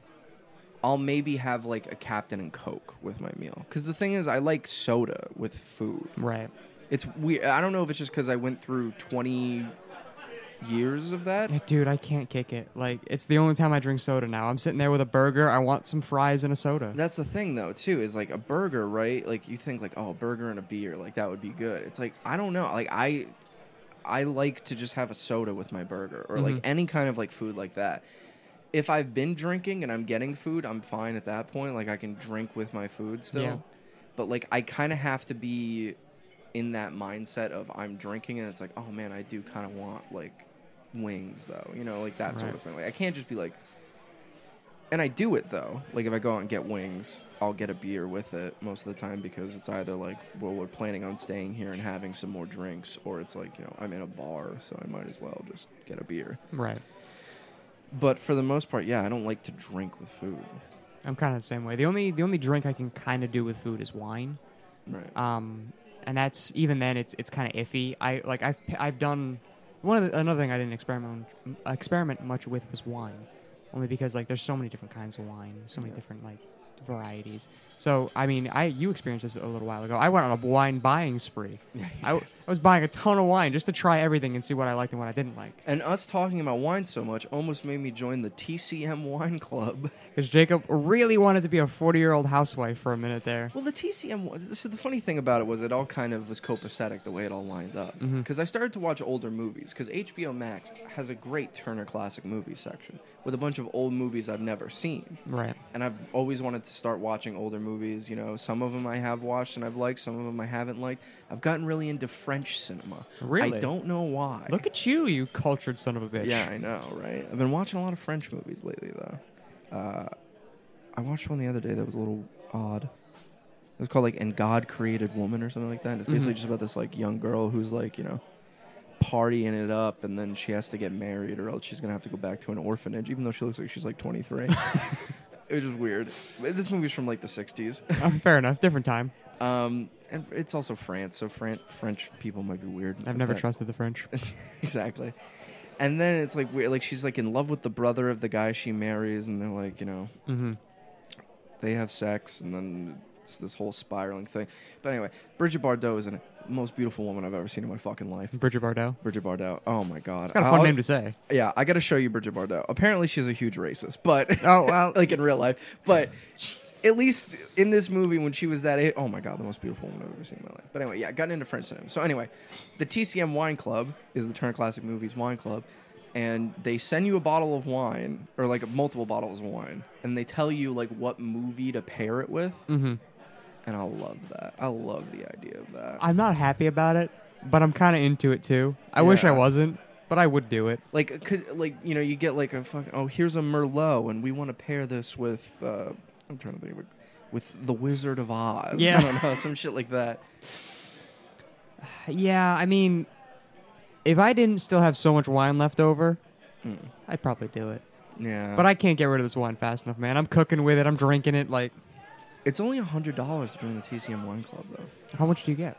Speaker 1: I'll maybe have like a Captain and Coke with my meal. Because the thing is, I like soda with food.
Speaker 2: Right.
Speaker 1: It's weird. I don't know if it's just because I went through 20 years of that.
Speaker 2: Yeah, dude, I can't kick it. Like, it's the only time I drink soda now. I'm sitting there with a burger. I want some fries and a soda.
Speaker 1: That's the thing, though, too, is like a burger, right? Like you think, like, oh, a burger and a beer, like that would be good. It's like, I don't know. Like, I. I like to just have a soda with my burger or like
Speaker 2: Mhm.
Speaker 1: any kind of like food like that. If I've been drinking and I'm getting food, I'm fine at that point. Like I can drink with my food still.
Speaker 2: Yeah.
Speaker 1: But like I kind of have to be in that mindset of I'm drinking and it's like, oh man, I do kind of want like wings though, you know, like that sort
Speaker 2: Right.
Speaker 1: of thing. Like I can't just be like, and I do it though. Like if I go out and get wings, I'll get a beer with it most of the time because it's either like, well, we're planning on staying here and having some more drinks, or it's like, you know, I'm in a bar, so I might as well just get a beer.
Speaker 2: Right.
Speaker 1: But for the most part, yeah, I don't like to drink with food.
Speaker 2: I'm kind of the same way. The only the only drink I can kind of do with food is wine.
Speaker 1: Right.
Speaker 2: Um, and that's even then it's it's kind of iffy. I like I've I've done one of the, another thing I didn't experiment experiment much with was wine, only because like there's so many different kinds of wine, so many
Speaker 1: Yeah.
Speaker 2: different like varieties. So I mean, I you experienced this a little while ago. I went on a wine buying spree. I, I was buying a ton of wine just to try everything and see what I liked and what I didn't like.
Speaker 1: And us talking about wine so much almost made me join the TCM Wine Club.
Speaker 2: Because Jacob really wanted to be a 40 year old housewife for a minute there.
Speaker 1: Well, the TCM. wa- So the funny thing about it was it all kind of was copacetic the way it all lined up.
Speaker 2: Mhm.
Speaker 1: Because I started to watch older movies. Because HBO Max has a great Turner Classic Movies section with a bunch of old movies I've never seen,
Speaker 2: Right.
Speaker 1: and I've always wanted to start watching older movies. You know, some of them I have watched and I've liked, some of them I haven't liked. I've gotten really into French cinema. I
Speaker 2: Really?
Speaker 1: don't know why.
Speaker 2: Look at you, you cultured son of a bitch.
Speaker 1: Yeah, I know, right? I've been watching a lot of French movies lately, though. Uh, I watched one the other day that was a little odd. It was called like "And God Created Woman" or something like that. And it's basically
Speaker 2: Mhm.
Speaker 1: just about this like young girl who's like you know partying it up, and then she has to get married, or else she's gonna have to go back to an orphanage, even though she looks like she's like 23. it was just weird. This movie's from like the 60s,
Speaker 2: Uh, fair enough. Different time.
Speaker 1: um, and it's also France, so Fran- French people might be weird.
Speaker 2: I've never
Speaker 1: tried
Speaker 2: trusted the French.
Speaker 1: exactly. And then it's like weird, like she's like in love with the brother of the guy she marries, and they're like, you know,
Speaker 2: Mm-hmm.
Speaker 1: they have sex, and then it's this whole spiraling thing. But anyway, Bridget Bardot is the most beautiful woman I've ever seen in my fucking life.
Speaker 2: Bridget Bardot.
Speaker 1: Bridget Bardot. Oh my god.
Speaker 2: It's got a fun
Speaker 1: I'll-
Speaker 2: name to say.
Speaker 1: Yeah, I got to show you Bridget Bardot. Apparently, she's a huge racist, but
Speaker 2: Oh well.
Speaker 1: like in real life. But at least in this movie, when she was that age, oh my god, the most beautiful woman I've ever seen in my life. But anyway, yeah, I got into French cinema. So anyway, the TCM Wine Club is the Turner Classic Movies Wine Club, and they send you a bottle of wine or like multiple bottles of wine, and they tell you like what movie to pair it with.
Speaker 2: mm-hmm.
Speaker 1: and I love that. I love the idea of that.
Speaker 2: I'm not happy about it, but I'm kind of into it too. I wish I
Speaker 1: Yeah.
Speaker 2: wasn't, but I would do it.
Speaker 1: like, cause, like you know, you get like a fucking oh, here's a Merlot, and we want to pair this with uh, I'm trying to think of it, with the Wizard of Oz.
Speaker 2: Yeah.
Speaker 1: I don't know, some shit like that.
Speaker 2: Yeah, I mean, if I didn't still have so much wine left over,
Speaker 1: Mm.
Speaker 2: I'd probably do it.
Speaker 1: Yeah,
Speaker 2: But I can't get rid of this wine fast enough, man. I'm cooking with it. I'm drinking it. Like,
Speaker 1: it's only hundred dollars to join the TCM Wine Club though.
Speaker 2: how much do you get?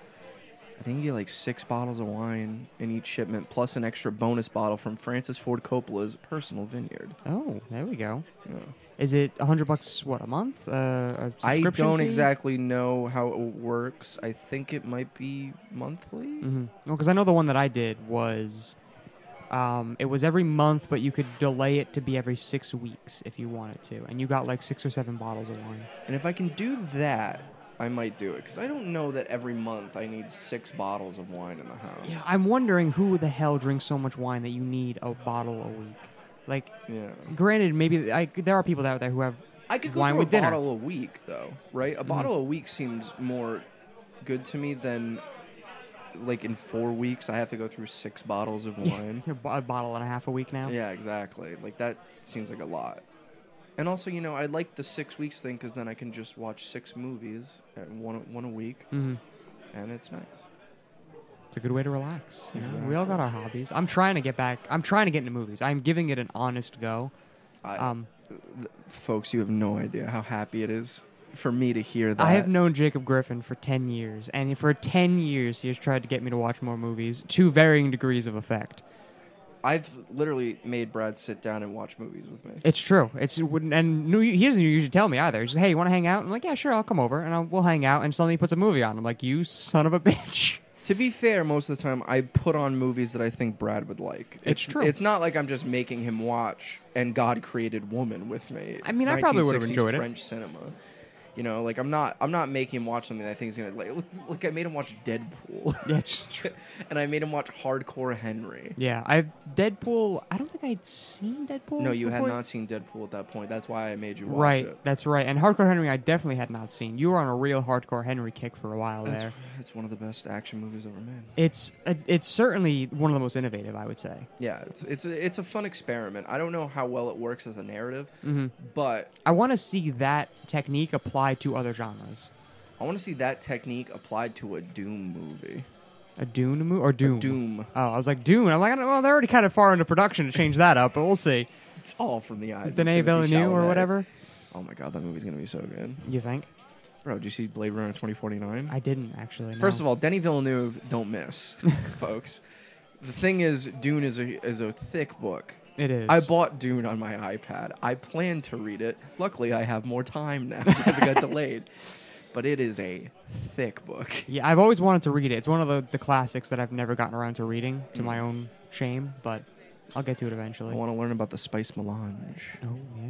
Speaker 1: I think you get like six bottles of wine in each shipment, plus an extra bonus bottle from Francis Ford Coppola's personal vineyard.
Speaker 2: Oh, there we go.
Speaker 1: Yeah.
Speaker 2: Is it a hundred bucks? What a month? Uh, a
Speaker 1: I
Speaker 2: subscription
Speaker 1: don't
Speaker 2: fee?
Speaker 1: exactly know how it works. I think it might be monthly.
Speaker 2: Mm-hmm. Well, because I know the one that I did was, um, it was every month, but you could delay it to be every six weeks if you wanted to, and you got like six or seven bottles of wine.
Speaker 1: And if I can do that, I might do it because I don't know that every month I need six bottles of wine in the house.
Speaker 2: Yeah, I'm wondering who the hell drinks so much wine that you need a bottle a week. Like,
Speaker 1: Yeah.
Speaker 2: granted, maybe I, there are people out there who have.
Speaker 1: I could go
Speaker 2: Wine
Speaker 1: through a
Speaker 2: with dinner. Mm-hmm.
Speaker 1: bottle a week, though, right? A bottle a week seems more good to me than like in four weeks I have to go through six bottles of wine.
Speaker 2: A bo- a bottle and a half a week now.
Speaker 1: Yeah, exactly. Like that seems like a lot. And also, you know, I like the six weeks thing because then I can just watch six movies, uh, one one a week,
Speaker 2: hmm
Speaker 1: and it's nice.
Speaker 2: It's a good way to relax. you know? We
Speaker 1: Exactly.
Speaker 2: all got our hobbies. I'm trying to get back. I'm trying to get into movies. I'm giving it an honest go.
Speaker 1: I,
Speaker 2: Um,
Speaker 1: th- folks, you have no idea how happy it is for me to hear that.
Speaker 2: I have known Jacob Griffin for 10 years, and for 10 years, he has tried to get me to watch more movies to varying degrees of effect.
Speaker 1: I've literally made Brad sit down and watch movies with me.
Speaker 2: It's true. It's it wouldn't- and new, he doesn't usually tell me either. He's like, "Hey, you want to hang out?" I'm like, "Yeah, sure, I'll come over," and I'll, we'll hang out. And suddenly, he puts a movie on. I'm like, "You son of a bitch!"
Speaker 1: To be fair, most of the time I put on movies that I think Brad would like.
Speaker 2: It's true.
Speaker 1: It's not like I'm just making him watch "And God Created Woman" with me.
Speaker 2: I mean, I probably would've
Speaker 1: 1960s
Speaker 2: enjoyed it.
Speaker 1: French cinema. You know, like I'm not, I'm not making him watch something that I think he's gonna like. Look, look I made him watch Deadpool,
Speaker 2: Yeah, it's true.
Speaker 1: and I made him watch Hardcore Henry.
Speaker 2: Yeah, I Deadpool. I don't think I'd seen Deadpool.
Speaker 1: No, you had
Speaker 2: before.
Speaker 1: not seen Deadpool at that point. That's why I made you watch
Speaker 2: Right,
Speaker 1: it.
Speaker 2: that's right. And Hardcore Henry, I definitely had not seen. You were on a real Hardcore Henry kick for a while
Speaker 1: That's,
Speaker 2: there.
Speaker 1: it's one of the best action movies ever made.
Speaker 2: It's uh, it's certainly one of the most innovative, I would say.
Speaker 1: Yeah, it's it's a, it's a fun experiment. I don't know how well it works as a narrative, but
Speaker 2: I want to see that technique applied to other genres.
Speaker 1: I want to see that technique applied to a Doom movie.
Speaker 2: A Dune movie or Doom?
Speaker 1: Doom.
Speaker 2: Oh, I was like Dune. I'm like, I don't- well, they're already kind of far into production to change that up, but we'll see.
Speaker 1: It's all from the eyes. of
Speaker 2: Dene
Speaker 1: Timothée
Speaker 2: Villeneuve or
Speaker 1: Chalamet.
Speaker 2: whatever.
Speaker 1: Oh my god, that movie's gonna be so good,
Speaker 2: You think?
Speaker 1: bro. Did you see Blade Runner twenty forty nine?
Speaker 2: I didn't actually. No.
Speaker 1: First of all, Denny Villeneuve, don't miss, folks. The thing is, Dune is a is a thick book.
Speaker 2: it is.
Speaker 1: I bought Dune on my iPad. I planned to read it. Luckily, I have more time now because it got delayed. But it is a thick book.
Speaker 2: Yeah, I've always wanted to read it. It's one of the, the classics that I've never gotten around to reading, to my own shame. But I'll get to it
Speaker 1: Mm. I
Speaker 2: eventually.
Speaker 1: want to learn about the spice melange.
Speaker 2: oh yeah.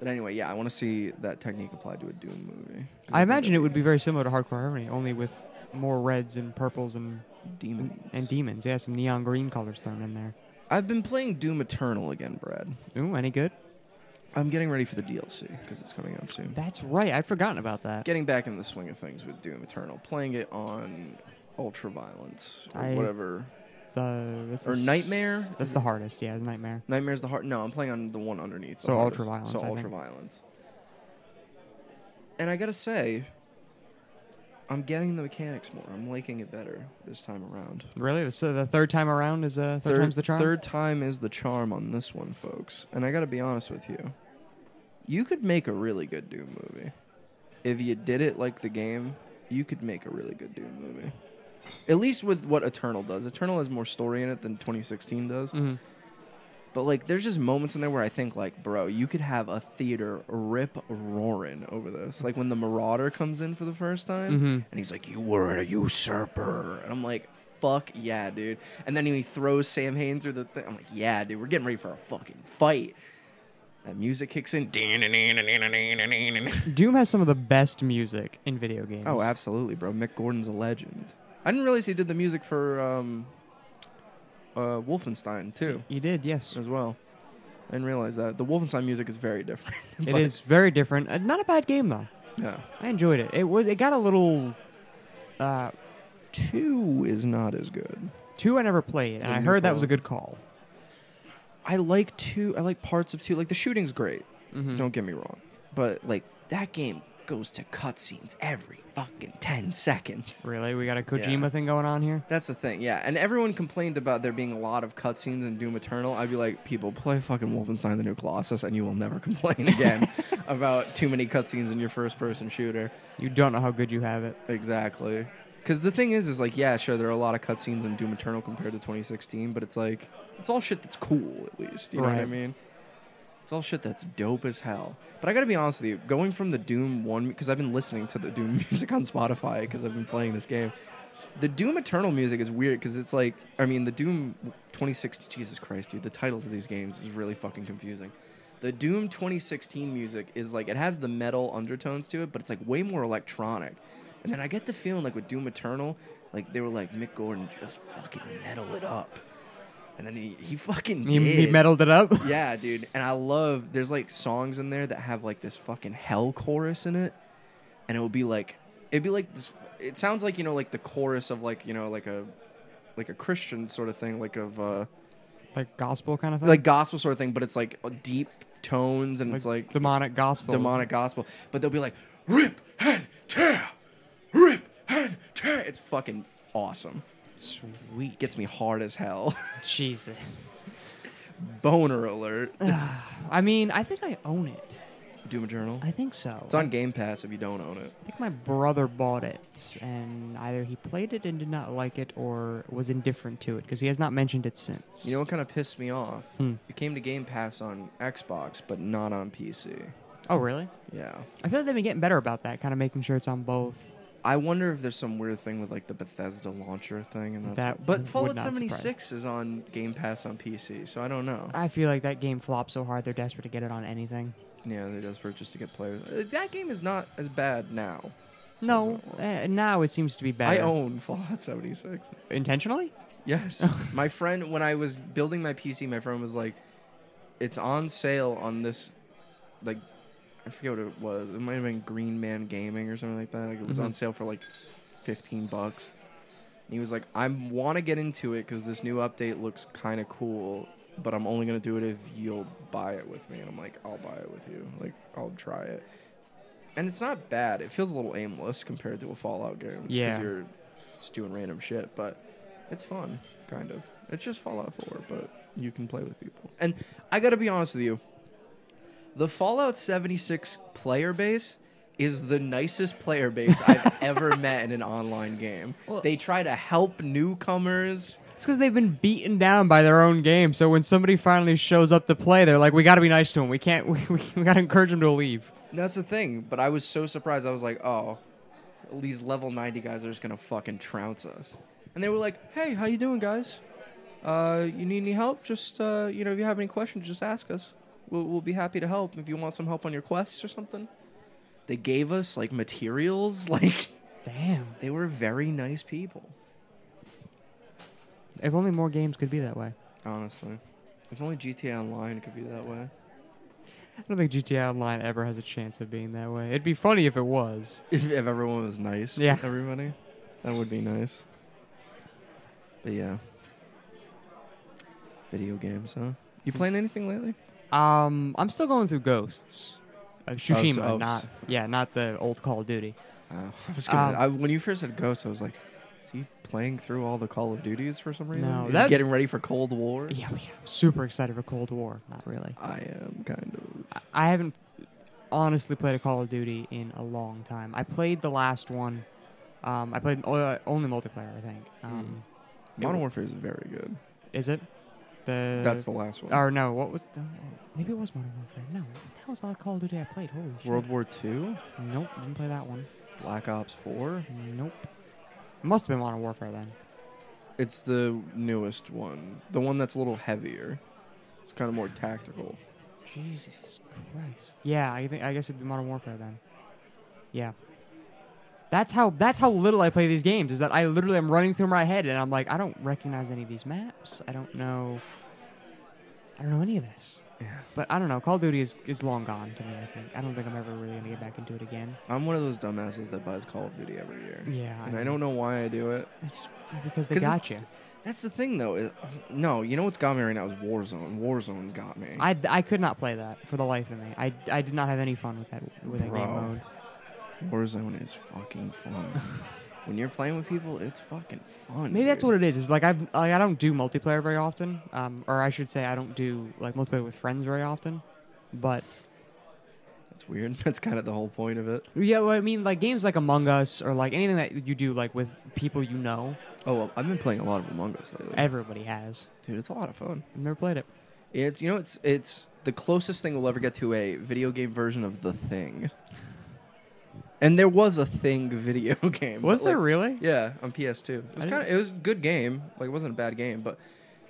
Speaker 1: But anyway, yeah, I want to see that technique applied to a Doom movie. 'Cause
Speaker 2: I
Speaker 1: think
Speaker 2: imagine it
Speaker 1: that'd
Speaker 2: would be very similar to Hardcore Harmony, only with more reds and purples and
Speaker 1: be demons.
Speaker 2: and demons. Yeah, some neon green colors thrown in there.
Speaker 1: I've been playing Doom Eternal again, Brad.
Speaker 2: Ooh, any good?
Speaker 1: I'm getting ready for the DLC because it's coming out soon.
Speaker 2: That's right. I'd forgotten about that.
Speaker 1: Getting back in the swing of things with Doom Eternal, playing it on Ultraviolence or
Speaker 2: I-
Speaker 1: whatever,
Speaker 2: The that's the
Speaker 1: or
Speaker 2: s-
Speaker 1: Nightmare.
Speaker 2: That's the hardest. Yeah, it's nightmare.
Speaker 1: Nightmare's the heart. No, I'm playing on the one underneath. the
Speaker 2: So
Speaker 1: hardest.
Speaker 2: Ultraviolence,
Speaker 1: So
Speaker 2: I think.
Speaker 1: ultraviolence. And I gotta say, I'm getting the mechanics more. I'm liking it better this time around.
Speaker 2: Really? So the third time around is uh, third, time's the charm.
Speaker 1: Third time is the charm on this one, folks. And I gotta be honest with you, you could make a really good Doom movie if you did it like the game. You could make a really good Doom movie. At least with what Eternal does. Eternal has more story in it than 2016 does.
Speaker 2: Mhm.
Speaker 1: But like, there's just moments in there where I think like, bro, you could have a theater rip roaring over this. Like when the Marauder comes in for the first time,
Speaker 2: Mhm.
Speaker 1: and he's like, "You were a usurper," and I'm like, "Fuck yeah, dude!" And then he throws Sam Hain through the thing. I'm like, "Yeah, dude, we're getting ready for a fucking fight." That music kicks in.
Speaker 2: Doom has some of the best music in video games.
Speaker 1: Oh, absolutely, bro. Mick Gordon's a legend. I didn't realize he did the music for um, uh, Wolfenstein too.
Speaker 2: You did, yes.
Speaker 1: as well. I didn't realize that. The Wolfenstein music is very different.
Speaker 2: It
Speaker 1: but
Speaker 2: is very different. Uh, not a bad game though.
Speaker 1: Yeah.
Speaker 2: I enjoyed it. It was it got a little uh,
Speaker 1: Two is not as good.
Speaker 2: two I never played, and
Speaker 1: The
Speaker 2: I
Speaker 1: new
Speaker 2: heard that was a
Speaker 1: Call.
Speaker 2: good call.
Speaker 1: I like two. I like parts of two. Like the shooting's great.
Speaker 2: Mm-hmm.
Speaker 1: Don't get me wrong. But like that game goes to cutscenes every fucking ten seconds.
Speaker 2: Really, we got a Kojima thing going on here.
Speaker 1: That's the thing, yeah. And everyone complained about there being a lot of cutscenes in Doom Eternal. I'd be like, people, play fucking Wolfenstein: The New Colossus, and you will never complain again about too many cutscenes in your first-person shooter.
Speaker 2: You don't know how good you have it.
Speaker 1: Exactly. Because the thing is, is like, yeah, sure, there are a lot of cutscenes in Doom Eternal compared to 2016, but it's like, it's all shit that's cool, at least. You know what I
Speaker 2: Right.
Speaker 1: mean? It's all shit that's dope as hell. But I gotta be honest with you, going from the Doom 1, because I've been listening to the Doom music on Spotify because I've been playing this game. The Doom Eternal music is weird because it's like, I mean, the Doom 2016, Jesus Christ, dude, the titles of these games is really fucking confusing. The Doom 2016 music is like, it has the metal undertones to it, but it's like way more electronic. And then I get the feeling like with Doom Eternal, like they were like, Mick Gordon, just fucking metal it up. And then he, he fucking
Speaker 2: He, he
Speaker 1: did.
Speaker 2: meddled it up.
Speaker 1: Yeah, dude. And I love there's like songs in there that have like this fucking hell chorus in it. And it would be like it'd be like this it sounds like, you know, like the chorus of like, you know, like a like a Christian sort of thing, like of uh
Speaker 2: like gospel kind of thing.
Speaker 1: like gospel sort of thing, but it's like deep tones and it's like
Speaker 2: demonic gospel.
Speaker 1: demonic gospel. But they'll be like rip and tear. Rip and tear. It's fucking awesome.
Speaker 2: Sweet.
Speaker 1: Gets me hard as hell.
Speaker 2: Jesus.
Speaker 1: Boner alert.
Speaker 2: I mean, I think I own it.
Speaker 1: Doom Eternal.
Speaker 2: I think so.
Speaker 1: It's on Game Pass if you don't own it.
Speaker 2: I think my brother bought it, and either he played it and did not like it, or was indifferent to it because he has not mentioned it since.
Speaker 1: You know what kind of pissed me off?
Speaker 2: Hmm.
Speaker 1: It came to Game Pass on Xbox, but not on PC.
Speaker 2: Oh, really?
Speaker 1: Yeah.
Speaker 2: I feel like they've been getting better about that, kind of making sure it's on both.
Speaker 1: I wonder if there's some weird thing with like the Bethesda launcher thing and that's
Speaker 2: That
Speaker 1: but
Speaker 2: would
Speaker 1: Fallout
Speaker 2: not
Speaker 1: 76 is on Game Pass on PC, so I don't know.
Speaker 2: I feel like that game flopped so hard; they're desperate to get it on anything.
Speaker 1: yeah, they're desperate just to get players. Uh, That game is not as bad now.
Speaker 2: No,
Speaker 1: Doesn't
Speaker 2: uh, now it seems to be better.
Speaker 1: I own Fallout 76.
Speaker 2: intentionally.
Speaker 1: Yes. my friend, when I was building my PC, my friend was like, it's on sale on this, like, I forget what it was. It might have been Green Man Gaming or something like that. Like, it was on
Speaker 2: Mhm.
Speaker 1: sale for like 15 bucks. And he was like, I want to get into it because this new update looks kind of cool, but I'm only going to do it if you'll buy it with me. And I'm like, I'll buy it with you. Like, I'll try it. And it's not bad. It feels a little aimless compared to a Fallout game. Just 'cause
Speaker 2: Yeah.
Speaker 1: you're just doing random shit, but it's fun, kind of. It's just Fallout 4, but you can play with people. And I gotta be honest with you, the Fallout 76 player base is the nicest player base I've ever met in an online game.
Speaker 2: Well-
Speaker 1: they try to help newcomers.
Speaker 2: It's because they've been beaten down by their own game. So when somebody finally shows up to play, they're like, "We got to be nice to him. We can't. We, we, we got to encourage him to leave."
Speaker 1: That's the thing, but I was so surprised. I was like, oh, these level 90 guys are just gonna fucking trounce us. And they were like, hey, how you doing, guys? Uh, you need any help? Just, uh, you know, if you have any questions, just ask us. We'll, we'll be happy to help if you want some help on your quests or something. They gave us, like, materials. Like,
Speaker 2: Damn.
Speaker 1: they were very nice people,
Speaker 2: If only more games could be that way.
Speaker 1: honestly. If only GTA Online could be that way.
Speaker 2: I don't think GTA Online ever has a chance of being that way. It'd be funny if it was.
Speaker 1: If, if everyone was nice
Speaker 2: Yeah.
Speaker 1: to everybody, that would be nice. But yeah. Video games, huh? You
Speaker 2: Hmm.
Speaker 1: playing anything lately?
Speaker 2: Um, I'm still going through Ghosts. Of Tsushima,
Speaker 1: of-
Speaker 2: not yeah, not the old Call of Duty.
Speaker 1: Oh,
Speaker 2: Um,
Speaker 1: I was
Speaker 2: gonna- I-
Speaker 1: when you first said Ghost, I was like, is he playing through all the Call of Duties for some reason?
Speaker 2: reason? No,
Speaker 1: is he
Speaker 2: that-
Speaker 1: getting ready for Cold War?
Speaker 2: Yeah, yeah. I'm super excited for Cold War. Not really.
Speaker 1: I am kind
Speaker 2: I, I haven't honestly played a Call of Duty in a long time. I played the last one. Um, I played o- only multiplayer, I think.
Speaker 1: Hmm.
Speaker 2: Um,
Speaker 1: of. Modern Warfare is very good.
Speaker 2: Is it? The
Speaker 1: That's the last one.
Speaker 2: Or no, what was the? Maybe it was Modern Warfare. No, what the hell was the last Call of Duty I played? Holy shit.
Speaker 1: World War II?
Speaker 2: Nope, didn't play that one.
Speaker 1: Black Ops 4?
Speaker 2: Nope. Must have been Modern Warfare then.
Speaker 1: It's the newest one. The one that's a little heavier. It's kind of more tactical.
Speaker 2: Jesus Christ. Yeah, I think I guess it'd be Modern Warfare then. Yeah. That's how that's how little I play these games is that I literally am running through my head and I'm like I don't recognize any of these maps. I don't know I don't know any of this. But I don't know. Call of Duty is, is long gone to me. I think. I don't think I'm ever really gonna get back into it again.
Speaker 1: I'm one of those dumbasses that buys Call of Duty every year.
Speaker 2: Yeah.
Speaker 1: And I don't know why I do it.
Speaker 2: It's because they
Speaker 1: 'Cause it-
Speaker 2: got you.
Speaker 1: That's the thing, though. Is, no, you know what's got me right now is Warzone. Warzone's got me.
Speaker 2: I, I could not play that for the life of me. I, I did not have any fun with that with that game
Speaker 1: Bro.
Speaker 2: mode.
Speaker 1: Warzone is fucking fun. when you're playing with people, it's fucking fun.
Speaker 2: Maybe that's
Speaker 1: dude.
Speaker 2: what it is. Is like I like I don't do multiplayer very often, um, or I should say I don't do like multiplayer with friends very often. But
Speaker 1: That's weird. That's kind of the whole point of it.
Speaker 2: yeah, well, I mean like games like Among Us or like anything that you do like with people you know,
Speaker 1: Oh, well, I've been playing a lot of Among Us lately.
Speaker 2: everybody has.
Speaker 1: Dude, it's a lot of fun.
Speaker 2: I've never played it.
Speaker 1: It's you know it's it's the closest thing we'll ever get to a video game version of the thing. And there was a thing video game.
Speaker 2: Was
Speaker 1: but,
Speaker 2: there
Speaker 1: like,
Speaker 2: really?
Speaker 1: Yeah, on PS2. It was
Speaker 2: I
Speaker 1: kind of it was a good game. Like it wasn't a bad game, but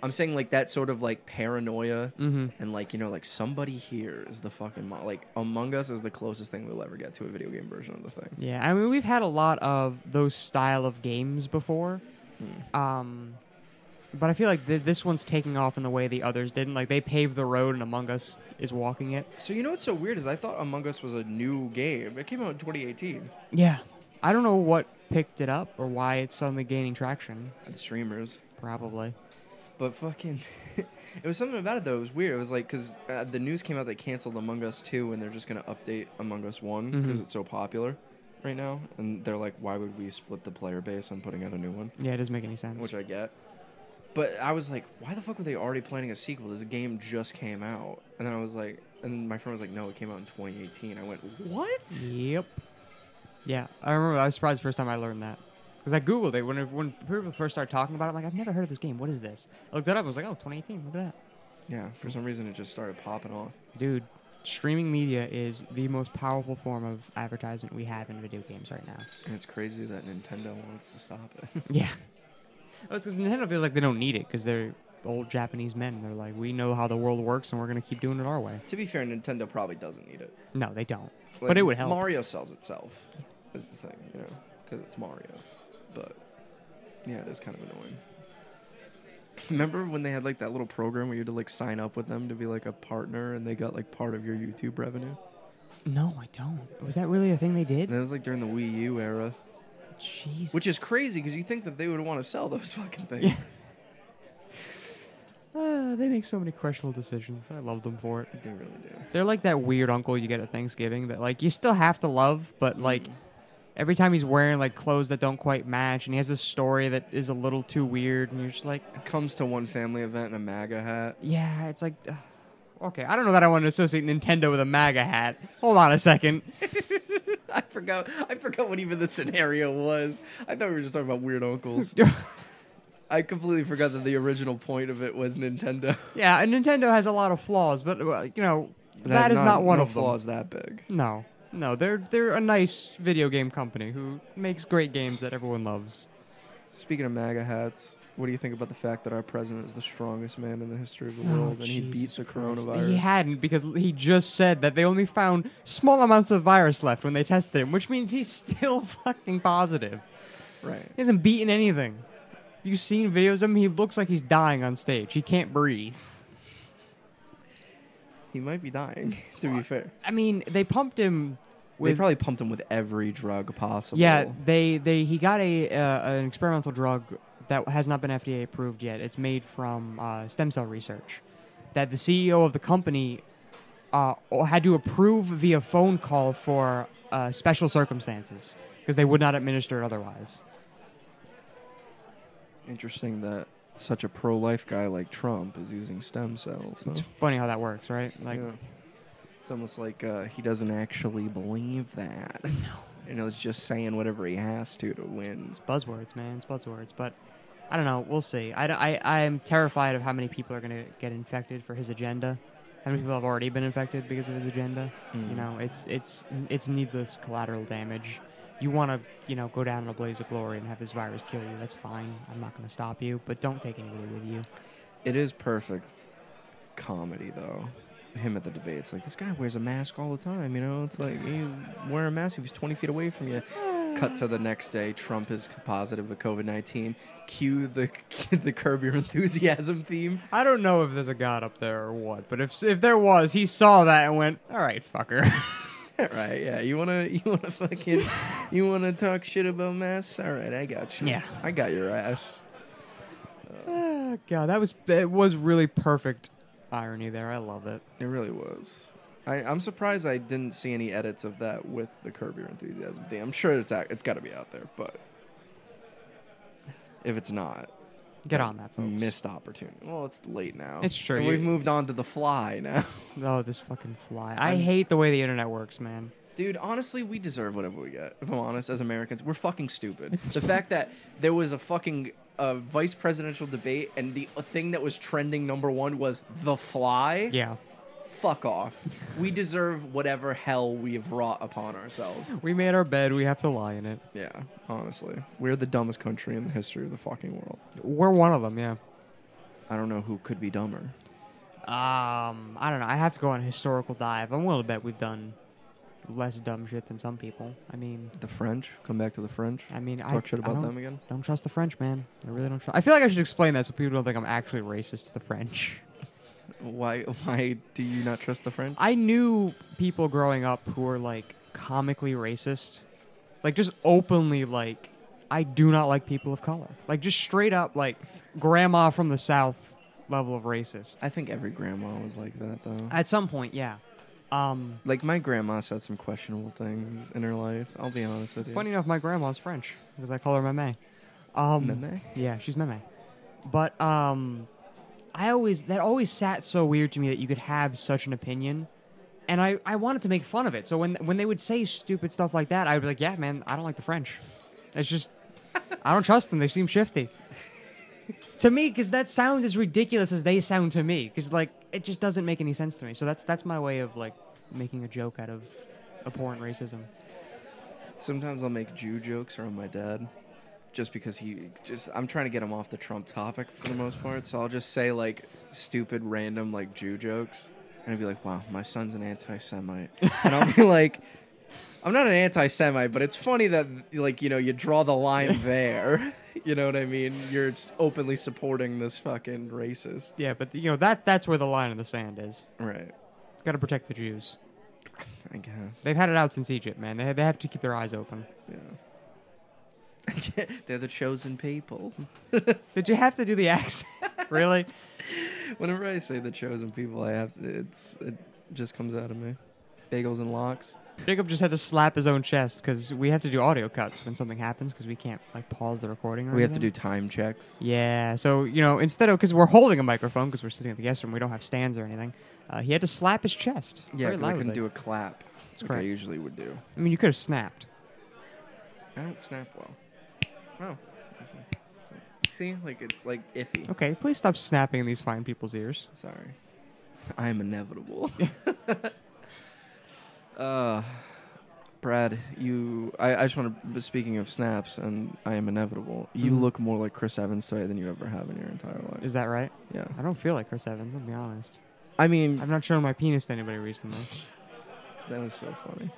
Speaker 1: I'm saying like that sort of like paranoia
Speaker 2: Mm-hmm.
Speaker 1: and like you know like somebody here is the fucking mo- like Among Us is the closest thing we'll ever get to a video game version of the thing.
Speaker 2: Yeah, I mean we've had a lot of those style of games before,
Speaker 1: Hmm.
Speaker 2: um, but I feel like th- this one's taking off in the way the others didn't. Like they paved the road, and Among Us is walking it.
Speaker 1: So you know what's so weird is I thought Among Us was a new game. It came out in 2018.
Speaker 2: Yeah, I don't know what picked it up or why it's suddenly gaining traction.
Speaker 1: The streamers.
Speaker 2: Probably.
Speaker 1: But fucking, it was something about it though. It was weird. It was like because uh, the news came out they canceled Among Us two and they're just gonna update Among Us one because
Speaker 2: Mhm.
Speaker 1: it's so popular right now. And they're like, why would we split the player base on putting out a new one?
Speaker 2: Yeah, it doesn't make any sense.
Speaker 1: Which I get. But I was like, why the fuck were they already planning a sequel? This game just came out. And then I was like, and then my friend was like, no, it came out in 2018. I went, what?
Speaker 2: Yep. Yeah, I remember. I was surprised the first time I learned that because I googled it when it- when people first started talking about it. I'm like, I've never heard of this game. What is this? I looked it up. I was like, oh, 2018. Look at that,
Speaker 1: Yeah, for some reason it just started popping off.
Speaker 2: dude. Streaming media is the most powerful form of advertisement we have in video games right now.
Speaker 1: And it's crazy that Nintendo wants to stop it.
Speaker 2: yeah. Oh, it's because Nintendo feels like they don't need it because they're old Japanese men. They're like, we know how the world works and we're gonna keep doing it our way.
Speaker 1: to be fair, Nintendo probably doesn't need it.
Speaker 2: No, they don't.
Speaker 1: Like,
Speaker 2: But it would help.
Speaker 1: Mario sells itself, is the thing, you know, because it's Mario. But yeah, it is kind of annoying. Remember when they had like that little program where you had to like sign up with them to be like a partner, and they got like part of your YouTube revenue?
Speaker 2: No, I don't. Was that really a thing they
Speaker 1: And
Speaker 2: did?
Speaker 1: that was like during the Wii U era,
Speaker 2: Jesus.
Speaker 1: which is crazy because you think that they would want to sell those fucking things.
Speaker 2: Uh, they make so many questionable decisions. I love them for it.
Speaker 1: They really do.
Speaker 2: They're like that weird uncle you get at Thanksgiving that like you still have to love, but like every time he's wearing like clothes that don't quite match, and he has a story that is a little too weird, and you're just like,
Speaker 1: It comes to one family event in a MAGA hat.
Speaker 2: yeah, it's like, ugh. okay, I don't know that I want to associate Nintendo with a MAGA hat. Hold on a second.
Speaker 1: I forgot. I forgot what even the scenario was. I thought we were just talking about weird uncles. I completely forgot that the original point of it was Nintendo.
Speaker 2: yeah, and Nintendo has a lot of flaws, but uh, you know that is not one
Speaker 1: no
Speaker 2: of them.
Speaker 1: flaws that big.
Speaker 2: No, no, they're they're a nice video game company who makes great games that everyone loves.
Speaker 1: Speaking of MAGA hats, what do you think about the fact that our president is the strongest man in the history of the world and Oh, he beat
Speaker 2: Jesus
Speaker 1: the
Speaker 2: Christ.
Speaker 1: coronavirus?
Speaker 2: He hadn't because he just said that they only found small amounts of virus left when they tested him, which means he's still fucking positive.
Speaker 1: Right.
Speaker 2: He hasn't beaten anything. You've seen videos of him, he looks like he's dying on stage. He can't breathe.
Speaker 1: He might be dying, to be fair.
Speaker 2: I mean, they pumped him
Speaker 1: they
Speaker 2: with
Speaker 1: probably pumped him with every drug possible.
Speaker 2: Yeah, they they he got a uh, an experimental drug that has not been FDA approved yet. It's made from uh, stem cell research that the CEO of the company uh, had to approve via phone call for uh, special circumstances because they would not administer it otherwise.
Speaker 1: Interesting that such a pro life guy like Trump is using stem cells. huh?
Speaker 2: It's funny how that works, right? Like,
Speaker 1: Yeah. It's almost like uh, he doesn't actually believe that. No. And it's just saying whatever he has to to win.
Speaker 2: it's buzzwords, man. It's buzzwords, but. I don't know. We'll see. I, d- I, am terrified of how many people are going to get infected for his agenda. How many people have already been infected because of his agenda? Hmm. You know, it's it's it's needless collateral damage. You want to, you know, go down in a blaze of glory and have this virus kill you. That's fine. I'm not going to stop you, but don't take anybody with you.
Speaker 1: It is perfect comedy though. Him at the debates, like this guy wears a mask all the time. You know, it's like you wear a mask if he's twenty feet away from you. Cut to the next day. Trump is positive of COVID nineteen. Cue the the Curb Your Enthusiasm theme.
Speaker 2: I don't know if there's a god up there or what, but if if there was, he saw that and went, "All right, fucker."
Speaker 1: right? Yeah. You wanna you wanna fucking you wanna talk shit about mass? All right, I got you.
Speaker 2: Yeah.
Speaker 1: I got your ass.
Speaker 2: Ah, god, that was it was really perfect irony there. I love it.
Speaker 1: It really was. I, I'm surprised I didn't see any edits of that with the Curb Your Enthusiasm thing. I'm sure it's out, it's got to be out there, but if it's not,
Speaker 2: Get on that, folks.
Speaker 1: missed opportunity. Well, it's late now.
Speaker 2: It's true,
Speaker 1: And
Speaker 2: you-
Speaker 1: we've moved on to the Fly now,
Speaker 2: Oh, this fucking fly. I
Speaker 1: I'm-
Speaker 2: hate the way the internet works, man.
Speaker 1: dude. Honestly, we deserve whatever we get. If I'm honest, as Americans, we're fucking stupid. the fact that there was a fucking uh, vice presidential debate and the uh, thing that was trending number one was The Fly.
Speaker 2: Yeah.
Speaker 1: Fuck off. we deserve whatever hell we have wrought upon ourselves.
Speaker 2: We made our bed, we have to lie in it.
Speaker 1: Yeah, honestly. We're the dumbest country in the history of the fucking world.
Speaker 2: We're one of them, yeah.
Speaker 1: I don't know who could be dumber.
Speaker 2: Um, I don't know. I have to go on a historical dive. I'm willing to bet we've done less dumb shit than some people. I mean,
Speaker 1: The French? Come back to the French?
Speaker 2: I mean, I,
Speaker 1: Talk shit
Speaker 2: I
Speaker 1: about
Speaker 2: don't,
Speaker 1: them again?
Speaker 2: Don't trust the French, man. I really don't trust. I feel like I should explain that so people don't think I'm actually racist to the French.
Speaker 1: Why why do you not trust the French?
Speaker 2: I knew people growing up who were like comically racist, like just openly like, I do not like people of color, like just straight up like grandma from the south level of racist.
Speaker 1: I think every grandma was like that though.
Speaker 2: At some point, yeah. Um,
Speaker 1: like my grandma said some questionable things in her life. I'll be honest with you.
Speaker 2: funny enough, my grandma's French because I call her Meme. Um,
Speaker 1: Meme?
Speaker 2: Yeah, she's Meme. But um, I always that always sat so weird to me that you could have such an opinion, and I, I wanted to make fun of it. So when when they would say stupid stuff like that, I'd be like, yeah, man, I don't like the French. It's just I don't trust them. They seem shifty. to me, because that sounds as ridiculous as they sound to me, because like it just doesn't make any sense to me. So that's that's my way of like making a joke out of abhorrent racism.
Speaker 1: Sometimes I'll make Jew jokes around my dad, just because he just I'm trying to get him off the Trump topic for the most part. So I'll just say like stupid random like Jew jokes, and he'll be like, "Wow, my son's an anti-Semite," and I'll be like. I'm not an anti-Semite, but it's funny that like you know you draw the line there. you know what I mean? You're s- openly supporting this fucking racist,
Speaker 2: Yeah, but you know that that's where the line in the sand is.
Speaker 1: right?
Speaker 2: Got to protect the Jews.
Speaker 1: I guess.
Speaker 2: They've had it out since Egypt, man. They they have to keep their eyes open.
Speaker 1: Yeah. They're the chosen people.
Speaker 2: Did you have to do the accent? really?
Speaker 1: Whenever I say the chosen people, I have to, it's it just comes out of me. Bagels and locks.
Speaker 2: Jacob just had to slap his own chest because we have to do audio cuts when something happens because we can't like pause the recording. Or
Speaker 1: We have to do
Speaker 2: anything.
Speaker 1: time checks.
Speaker 2: Yeah, so you know, instead of because we're holding a microphone because we're sitting in the guest room, we don't have stands or anything. Uh, he had to slap his chest.
Speaker 1: yeah.
Speaker 2: very
Speaker 1: 'cause I couldn't
Speaker 2: loudly.
Speaker 1: do a clap. That's what I
Speaker 2: correct.
Speaker 1: usually would do.
Speaker 2: I mean, you could have snapped.
Speaker 1: I don't snap well. Oh. See, like it's like iffy.
Speaker 2: Okay, please stop snapping in these fine people's ears.
Speaker 1: Sorry. I am inevitable. uh, Brad, you. I, I just want to. Speaking of snaps, and I am inevitable. You
Speaker 2: Mhm.
Speaker 1: look more like Chris Evans today than you ever have in your entire life.
Speaker 2: Is that right?
Speaker 1: yeah.
Speaker 2: I don't feel like Chris Evans. I'll be honest.
Speaker 1: I mean,
Speaker 2: I've not shown my penis to anybody recently.
Speaker 1: that is so funny.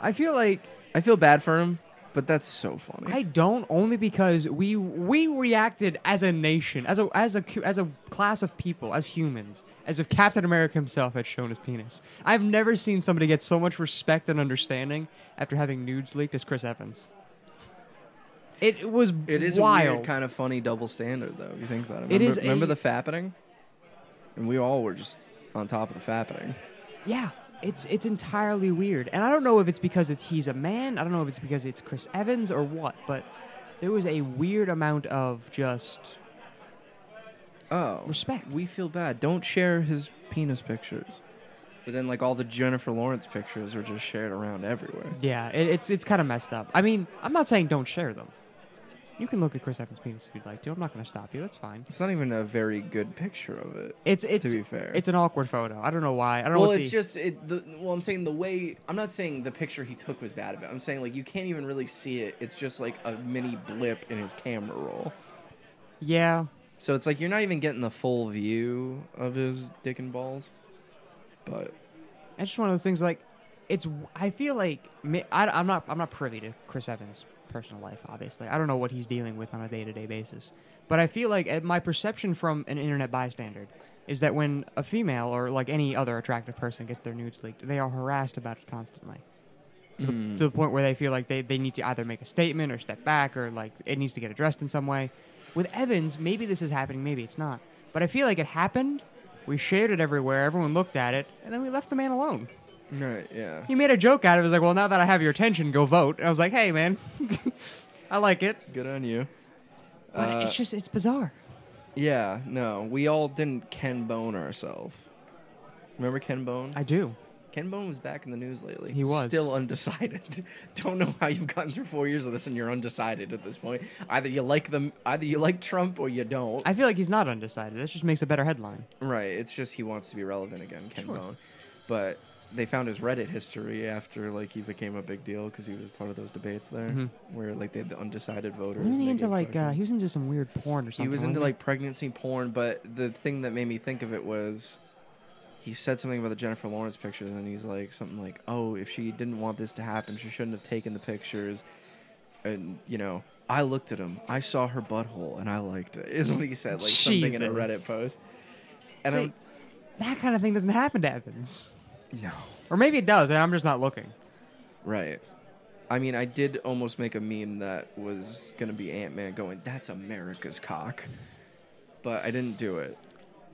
Speaker 2: I feel like
Speaker 1: I feel bad for him, but that's so funny.
Speaker 2: I don't only because we we reacted as a nation, as a as a cu- as a class of people, as humans, as if Captain America himself had shown his penis. I've never seen somebody get so much respect and understanding after having nudes leaked as Chris Evans. It was
Speaker 1: it is
Speaker 2: wild.
Speaker 1: a weird kind of funny double standard, though. If you think about it. Remember,
Speaker 2: It is
Speaker 1: Remember
Speaker 2: a-
Speaker 1: the fappening? And we all were just on top of the fappening.
Speaker 2: Yeah, it's it's entirely weird, and I don't know if it's because it's, he's a man. I don't know if it's because it's Chris Evans or what, but there was a weird amount of just
Speaker 1: Oh,
Speaker 2: Respect.
Speaker 1: We feel bad. Don't share his penis pictures. But then, like all the Jennifer Lawrence pictures are just shared around everywhere.
Speaker 2: Yeah, it, it's it's kind of messed up. I mean, I'm not saying don't share them. You can look at Chris Evans' penis if you'd like to. I'm not going to stop you. That's fine.
Speaker 1: It's not even a very good picture of it.
Speaker 2: It's it's
Speaker 1: To be fair,
Speaker 2: it's an awkward photo. I don't know why. I don't know.
Speaker 1: well,
Speaker 2: what
Speaker 1: it's
Speaker 2: the-
Speaker 1: just it. The, well, I'm saying the way. I'm not saying the picture he took was bad of it. I'm saying like you can't even really see it. It's just like a mini blip in his camera roll.
Speaker 2: yeah.
Speaker 1: So it's like you're not even getting the full view of his dick and balls. But
Speaker 2: It's just one of those things like it's I feel like ma- I, I'm not I'm not privy to Chris Evans' personal life. Obviously, I don't know what he's dealing with on a day to day basis. But I feel like uh, my perception from an internet bystander is that when a female or like any other attractive person gets their nudes leaked, they are harassed about it constantly to the,
Speaker 1: hmm.
Speaker 2: to the point where they feel like they, they need to either make a statement or step back or like it needs to get addressed in some way. With Evans, maybe this is happening, maybe it's not. But I feel like it happened. We shared it everywhere. Everyone looked at it, and then we left the man alone.
Speaker 1: Right. Yeah.
Speaker 2: He made a joke out of it. He was like, "Well, now that I have your attention, go vote." And I was like, "Hey, man, I like it."
Speaker 1: Good on you.
Speaker 2: But
Speaker 1: Uh,
Speaker 2: it's just it's bizarre.
Speaker 1: Yeah. No, we all didn't Ken Bone ourselves. Remember Ken Bone?
Speaker 2: I do.
Speaker 1: Ken Bone was back in the news lately.
Speaker 2: He was.
Speaker 1: still undecided. Don't know how you've gotten through four years of this and you're undecided at this point. Either you like them, either you like Trump or you don't.
Speaker 2: I feel like he's not undecided. That just makes a better headline.
Speaker 1: Right. It's just he wants to be relevant again, Ken
Speaker 2: Sure.
Speaker 1: Bone. But they found his Reddit history after like he became a big deal because he was part of those debates there,
Speaker 2: Mhm.
Speaker 1: where like they had the undecided voters.
Speaker 2: Wasn't
Speaker 1: and
Speaker 2: he
Speaker 1: they
Speaker 2: into
Speaker 1: gave
Speaker 2: like
Speaker 1: fucking-
Speaker 2: uh, he was into some weird porn or something?
Speaker 1: he was into
Speaker 2: wasn't
Speaker 1: like pregnancy porn, but the thing that made me think of it was he said something about the Jennifer Lawrence pictures, and he's like something like, "Oh, if she didn't want this to happen, she shouldn't have taken the pictures." And you know, I looked at him, I saw her butthole, and I liked it. Is what he said, like something in a
Speaker 2: Jesus.
Speaker 1: Reddit post. And
Speaker 2: See,
Speaker 1: I'm
Speaker 2: that kind of thing doesn't happen to Evans,
Speaker 1: no
Speaker 2: or maybe it does, and I'm just not looking.
Speaker 1: right. I mean, I did almost make a meme that was gonna be Ant Man going, "That's America's cock," but I didn't do it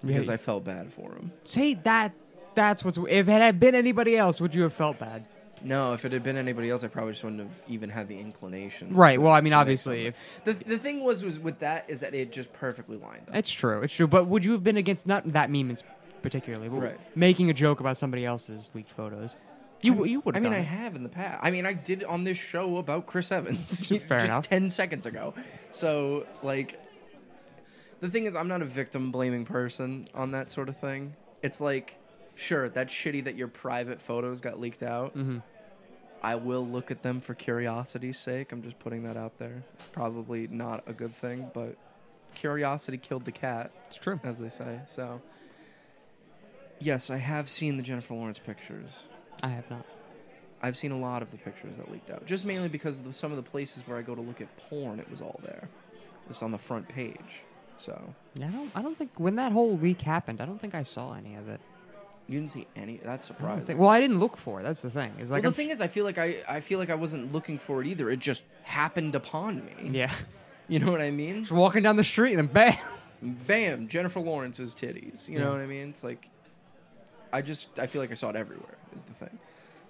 Speaker 1: because
Speaker 2: Yeah.
Speaker 1: I felt bad for him.
Speaker 2: See that that's what's if it had been anybody else, would you have felt bad?
Speaker 1: No, if it had been anybody else, I probably just wouldn't have even had the inclination.
Speaker 2: Right.
Speaker 1: to-
Speaker 2: Well, I mean,
Speaker 1: to make
Speaker 2: obviously, if
Speaker 1: something. the the thing was was with that is that it just perfectly lined up.
Speaker 2: it's true, it's true. But would you have been against not that meme in s- particularly, but
Speaker 1: Right.
Speaker 2: making a joke about somebody else's leaked photos? You you would.
Speaker 1: I
Speaker 2: have
Speaker 1: mean,
Speaker 2: done
Speaker 1: I
Speaker 2: it.
Speaker 1: have in the past. I mean, I did on this show about Chris Evans.
Speaker 2: Fair
Speaker 1: just
Speaker 2: enough.
Speaker 1: Ten seconds ago. So like, the thing is, I'm not a victim blaming person on that sort of thing. It's like, sure, that's shitty that your private photos got leaked out.
Speaker 2: Mhm.
Speaker 1: I will look at them for curiosity's sake. I'm just putting that out there. It's probably not a good thing, but curiosity killed the cat,
Speaker 2: It's true.
Speaker 1: as they say. So, yes, I have seen the Jennifer Lawrence pictures.
Speaker 2: I have not.
Speaker 1: I've seen a lot of the pictures that leaked out, just mainly because of the, some of the places where I go to look at porn, it was all there. It's on the front page. So,
Speaker 2: Yeah, I don't. I don't think when that whole leak happened, I don't think I saw any of it.
Speaker 1: you didn't see any. That's
Speaker 2: I don't
Speaker 1: surprising.
Speaker 2: think, well, I didn't look for it. That's the thing. It's like
Speaker 1: well,
Speaker 2: I'm
Speaker 1: the thing is, I feel like I, I feel like I wasn't looking for it either. It just happened upon me.
Speaker 2: Yeah.
Speaker 1: You know what I mean?
Speaker 2: Just walking down the street and bam.
Speaker 1: bam, Jennifer Lawrence's titties. You
Speaker 2: Yeah.
Speaker 1: know what I mean? It's like, I just, I feel like I saw it everywhere, is the thing.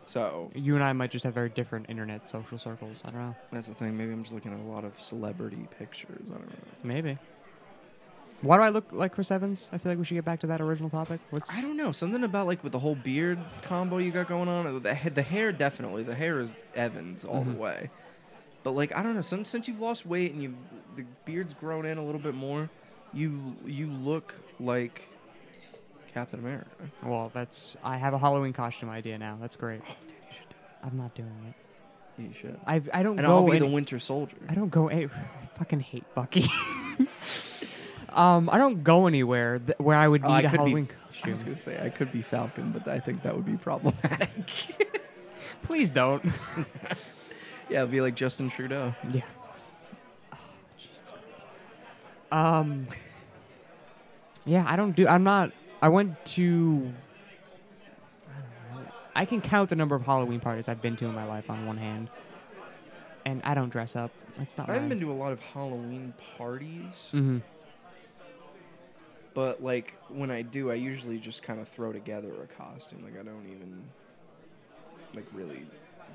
Speaker 1: So,
Speaker 2: You and I might just have very different internet social circles. I don't know.
Speaker 1: that's the thing. Maybe I'm just looking at a lot of celebrity pictures. I don't know.
Speaker 2: Maybe. Why do I look like Chris Evans? I feel like we should get back to that original topic. What's
Speaker 1: I don't know. Something about like with the whole beard combo you got going on, or the, ha- the hair definitely. The hair is Evans all
Speaker 2: Mhm.
Speaker 1: the way. But like, I don't know. Some, since you've lost weight and you've, the beard's grown in a little bit more, you, you look like Captain America.
Speaker 2: Well, that's I have a Halloween costume idea now. That's great.
Speaker 1: Oh, dude, you should do
Speaker 2: I'm not doing it.
Speaker 1: it. You should.
Speaker 2: I I don't
Speaker 1: And
Speaker 2: go.
Speaker 1: I'll be the
Speaker 2: any-
Speaker 1: Winter Soldier.
Speaker 2: I don't go. Any- I fucking hate Bucky. um, I don't go anywhere th- where I would
Speaker 1: Oh,
Speaker 2: need
Speaker 1: I
Speaker 2: a
Speaker 1: could be-
Speaker 2: Halloween
Speaker 1: I
Speaker 2: costume.
Speaker 1: was gonna say I could be Falcon, but I think that would be problematic.
Speaker 2: Please don't.
Speaker 1: yeah, it'd be like Justin Trudeau.
Speaker 2: yeah. Oh, Jesus Christ. Um. Yeah, I don't do. I'm not. I went to. I don't know. I can count the number of Halloween parties I've been to in my life on one hand. And I don't dress up. That's not.
Speaker 1: I haven't
Speaker 2: my-
Speaker 1: been to a lot of Halloween parties,
Speaker 2: Mhm.
Speaker 1: but like when I do, I usually just kind of throw together a costume. Like I don't even like really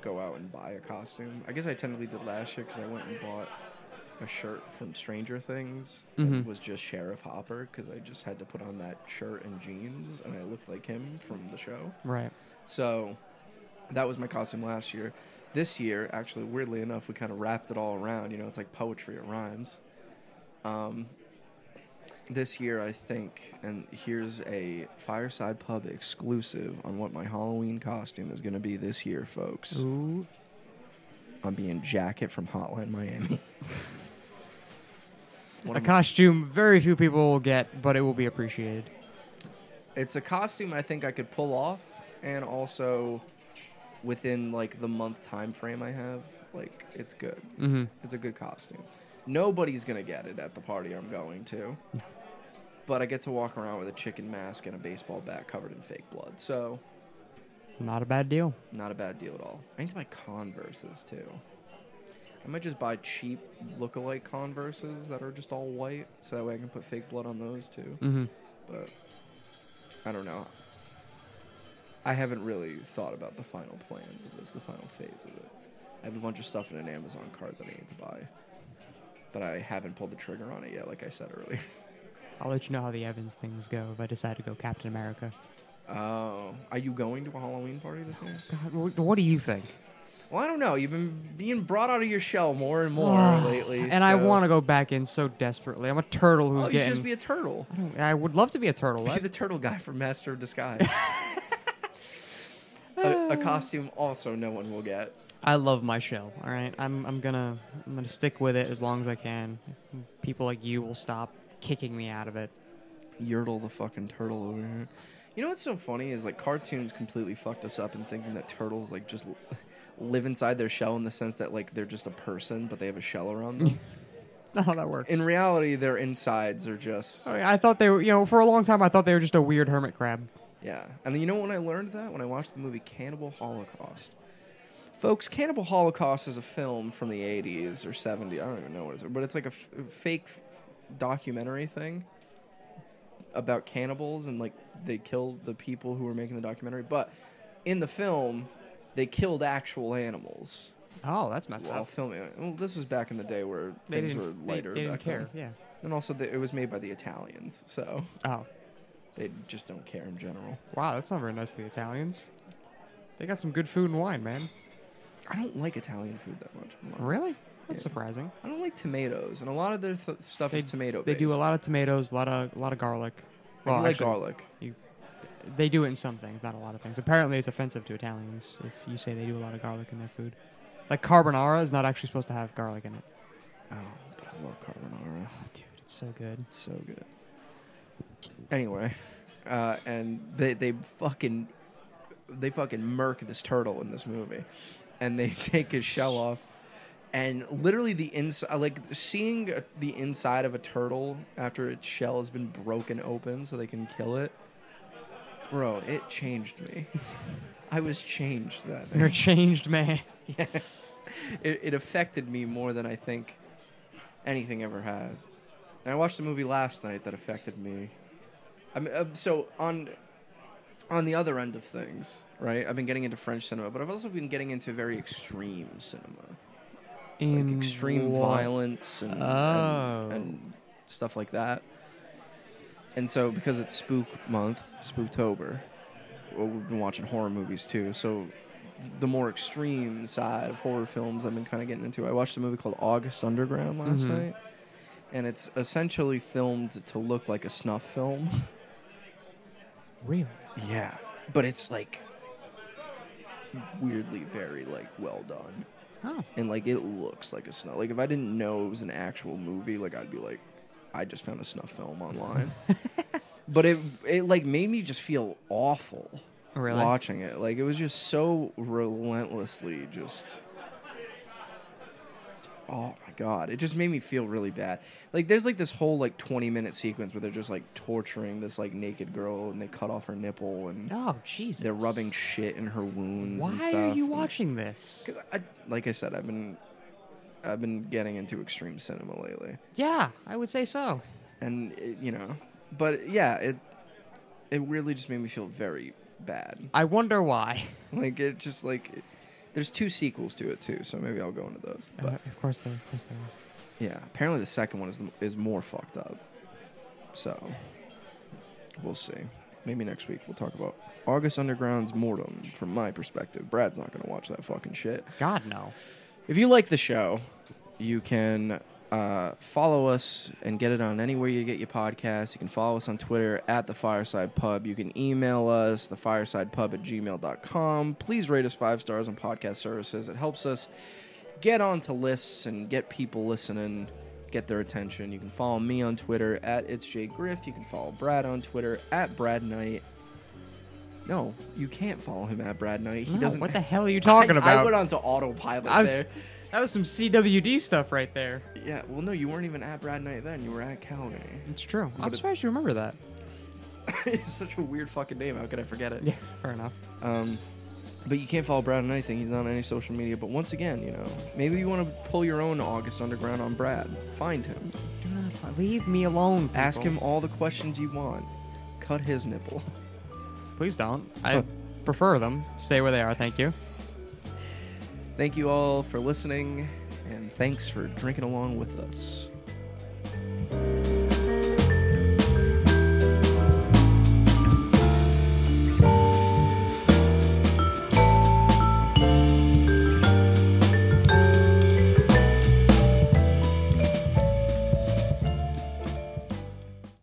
Speaker 1: go out and buy a costume. I guess I technically did last year because I went and bought a shirt from Stranger Things
Speaker 2: Mhm.
Speaker 1: that was just Sheriff Hopper because I just had to put on that shirt and jeans and I looked like him from the show.
Speaker 2: Right.
Speaker 1: So that was my costume last year. This year, actually, weirdly enough, we kind of wrapped it all around. You know, it's like poetry, it rhymes. Um, this year, I think, and here's a Fireside Pub exclusive on what my Halloween costume is going to be this year, folks.
Speaker 2: Ooh.
Speaker 1: I'm being Jacket from Hotline Miami. One
Speaker 2: a
Speaker 1: of my-
Speaker 2: costume very few people will get, but it will be appreciated.
Speaker 1: it's a costume I think I could pull off, and also within like the month time frame I have, like it's good.
Speaker 2: Mm-hmm.
Speaker 1: It's a good costume. Nobody's gonna get it at the party I'm going to. But I get to walk around with a chicken mask and a baseball bat covered in fake blood. So
Speaker 2: Not a bad deal.
Speaker 1: not a bad deal at all. I need to buy Converses too. I might just buy cheap look-alike Converses that are just all white, so that way I can put fake blood on those too.
Speaker 2: Mm-hmm.
Speaker 1: But I don't know. I haven't really thought about the final plans of this, the final phase of it. I have a bunch of stuff in an Amazon cart that I need to buy, but I haven't pulled the trigger on it yet, like I said earlier.
Speaker 2: I'll let you know how the Evans things go if I decide to go Captain America.
Speaker 1: Oh, are you going to a Halloween party this year?
Speaker 2: God, wh- what do you think?
Speaker 1: Well, I don't know. You've been being brought out of your shell more and more lately.
Speaker 2: Ah, and I want to go back in so desperately. I'm a turtle who's
Speaker 1: Oh, you should
Speaker 2: getting.
Speaker 1: just be a turtle.
Speaker 2: I don't- I would love to be a turtle.
Speaker 1: Be
Speaker 2: What?
Speaker 1: the turtle guy from Master of Disguise. a, a costume also no one will get.
Speaker 2: I love my shell. All right, I'm I'm gonna I'm gonna stick with it as long as I can. People like you will stop kicking me out of it.
Speaker 1: Yertle the fucking turtle over here. You know what's so funny is like cartoons completely fucked us up in thinking that turtles like just l- live inside their shell in the sense that like they're just a person but they have a shell around them.
Speaker 2: Not how that works.
Speaker 1: in reality, their insides are just
Speaker 2: All right, Oh, I thought they were. You know, for a long time I thought they were just a weird hermit crab.
Speaker 1: Yeah. And you know when I learned that? When I watched the movie Cannibal Holocaust. Folks, Cannibal Holocaust is a film from the 80s or 70s. I don't even know what it is. But it's like a f- fake f- documentary thing about cannibals and like they killed the people who were making the documentary. But in the film, they killed actual animals
Speaker 2: Oh, that's messed
Speaker 1: while
Speaker 2: up.
Speaker 1: filming. it. Well, this was back in the day where
Speaker 2: They
Speaker 1: things
Speaker 2: didn't.
Speaker 1: were
Speaker 2: they-
Speaker 1: lighter.
Speaker 2: they didn't
Speaker 1: back
Speaker 2: care.
Speaker 1: Then. And also, the, it was made by the Italians, so
Speaker 2: Yeah. Oh,
Speaker 1: they just don't care in general.
Speaker 2: wow, that's not very nice to the Italians. They got some good food and wine, man.
Speaker 1: I don't like Italian food that much. I'm not-
Speaker 2: Really? That's
Speaker 1: Yeah.
Speaker 2: surprising.
Speaker 1: I don't like tomatoes, and a lot of their th- stuff is tomato.
Speaker 2: They do a lot of tomatoes, a lot of lot of garlic.
Speaker 1: I do like
Speaker 2: actually,
Speaker 1: garlic.
Speaker 2: They do it in some things, not a lot of things. Apparently, it's offensive to Italians if you say they do a lot of garlic in their food. Like carbonara is not actually supposed to have garlic in it.
Speaker 1: Oh, but I love carbonara.
Speaker 2: Oh, dude, it's so good.
Speaker 1: It's so good. Anyway, uh, and they they fucking they fucking murk this turtle in this movie, and they take his shell off, and literally the inside, like seeing a, the inside of a turtle after its shell has been broken open so they can kill it. Bro, it changed me. I was changed that.
Speaker 2: You're a changed man.
Speaker 1: yes. It, it affected me more than I think anything ever has. And I watched a movie last night that affected me. I mean, uh, so on on the other end of things, right? I've been getting into French cinema, but I've also been getting into very extreme cinema, like
Speaker 2: In
Speaker 1: extreme
Speaker 2: what-
Speaker 1: violence and, and-
Speaker 2: Oh.
Speaker 1: and stuff like that. And so, because it's Spook Month, Spooktober, well, we've been watching horror movies too. So, th- the more extreme side of horror films I've been kind of getting into. I watched a movie called August Underground last
Speaker 2: Mhm.
Speaker 1: night, and it's essentially filmed to look like a snuff film.
Speaker 2: Really?
Speaker 1: Yeah, but it's like weirdly very like well done,
Speaker 2: Oh,
Speaker 1: and like it looks like a snuff. Like if I didn't know it was an actual movie, like I'd be like, I just found a snuff film online. but it it like made me just feel awful
Speaker 2: really?
Speaker 1: watching it. Like it was just so relentlessly just Oh my god. It just made me feel really bad. Like there's like this whole like 20 minute sequence where they're just like torturing this like naked girl and they cut off her nipple and
Speaker 2: Oh, Jesus.
Speaker 1: they're rubbing shit in her wounds and
Speaker 2: Why
Speaker 1: stuff.
Speaker 2: are you
Speaker 1: And-
Speaker 2: watching this?
Speaker 1: 'Cause I, like I said I've been I've been getting into extreme cinema lately.
Speaker 2: Yeah, I would say so.
Speaker 1: And it, you know, but yeah, it it really just made me feel very bad.
Speaker 2: I wonder why.
Speaker 1: Like it just like it- there's two sequels to it too, so maybe I'll go into those. But
Speaker 2: Uh, of course they, of course they are.
Speaker 1: yeah, apparently the second one is the, is more fucked up. So we'll see. Maybe next week we'll talk about August Underground's Mortem from my perspective. Brad's not gonna watch that fucking shit.
Speaker 2: God no.
Speaker 1: If you like the show, you can uh, follow us and get it on anywhere you get your podcasts. You can follow us on Twitter at The Fireside Pub. You can email us, thefiresidepub at gmail.com. Please rate us five stars on podcast services. It helps us get onto lists and get people listening, get their attention. You can follow me on Twitter at It's Jay Griff. You can follow Brad on Twitter at Brad Knight. No, you can't follow him at Brad Knight. He
Speaker 2: No,
Speaker 1: doesn't.
Speaker 2: What the hell are you talking
Speaker 1: I- I
Speaker 2: about?
Speaker 1: went onto autopilot
Speaker 2: I was-
Speaker 1: there.
Speaker 2: that was some CWD stuff right there.
Speaker 1: Yeah, well, no, you weren't even at Brad Knight then. You were at County.
Speaker 2: It's true.
Speaker 1: But
Speaker 2: I'm
Speaker 1: it-
Speaker 2: surprised you remember that.
Speaker 1: it's such a weird fucking name. How could I forget it?
Speaker 2: Yeah, fair enough.
Speaker 1: Um, but you can't follow Brad on anything. He's not on any social media. But once again, you know, maybe you want to pull your own August Underground on Brad. Find him.
Speaker 2: Do not apply- leave me alone.
Speaker 1: Ask
Speaker 2: people.
Speaker 1: him all the questions you want. Cut his nipple.
Speaker 2: Please don't. I
Speaker 1: Huh.
Speaker 2: prefer them. Stay where they are. Thank you.
Speaker 1: Thank you all for listening, and thanks for drinking along with us.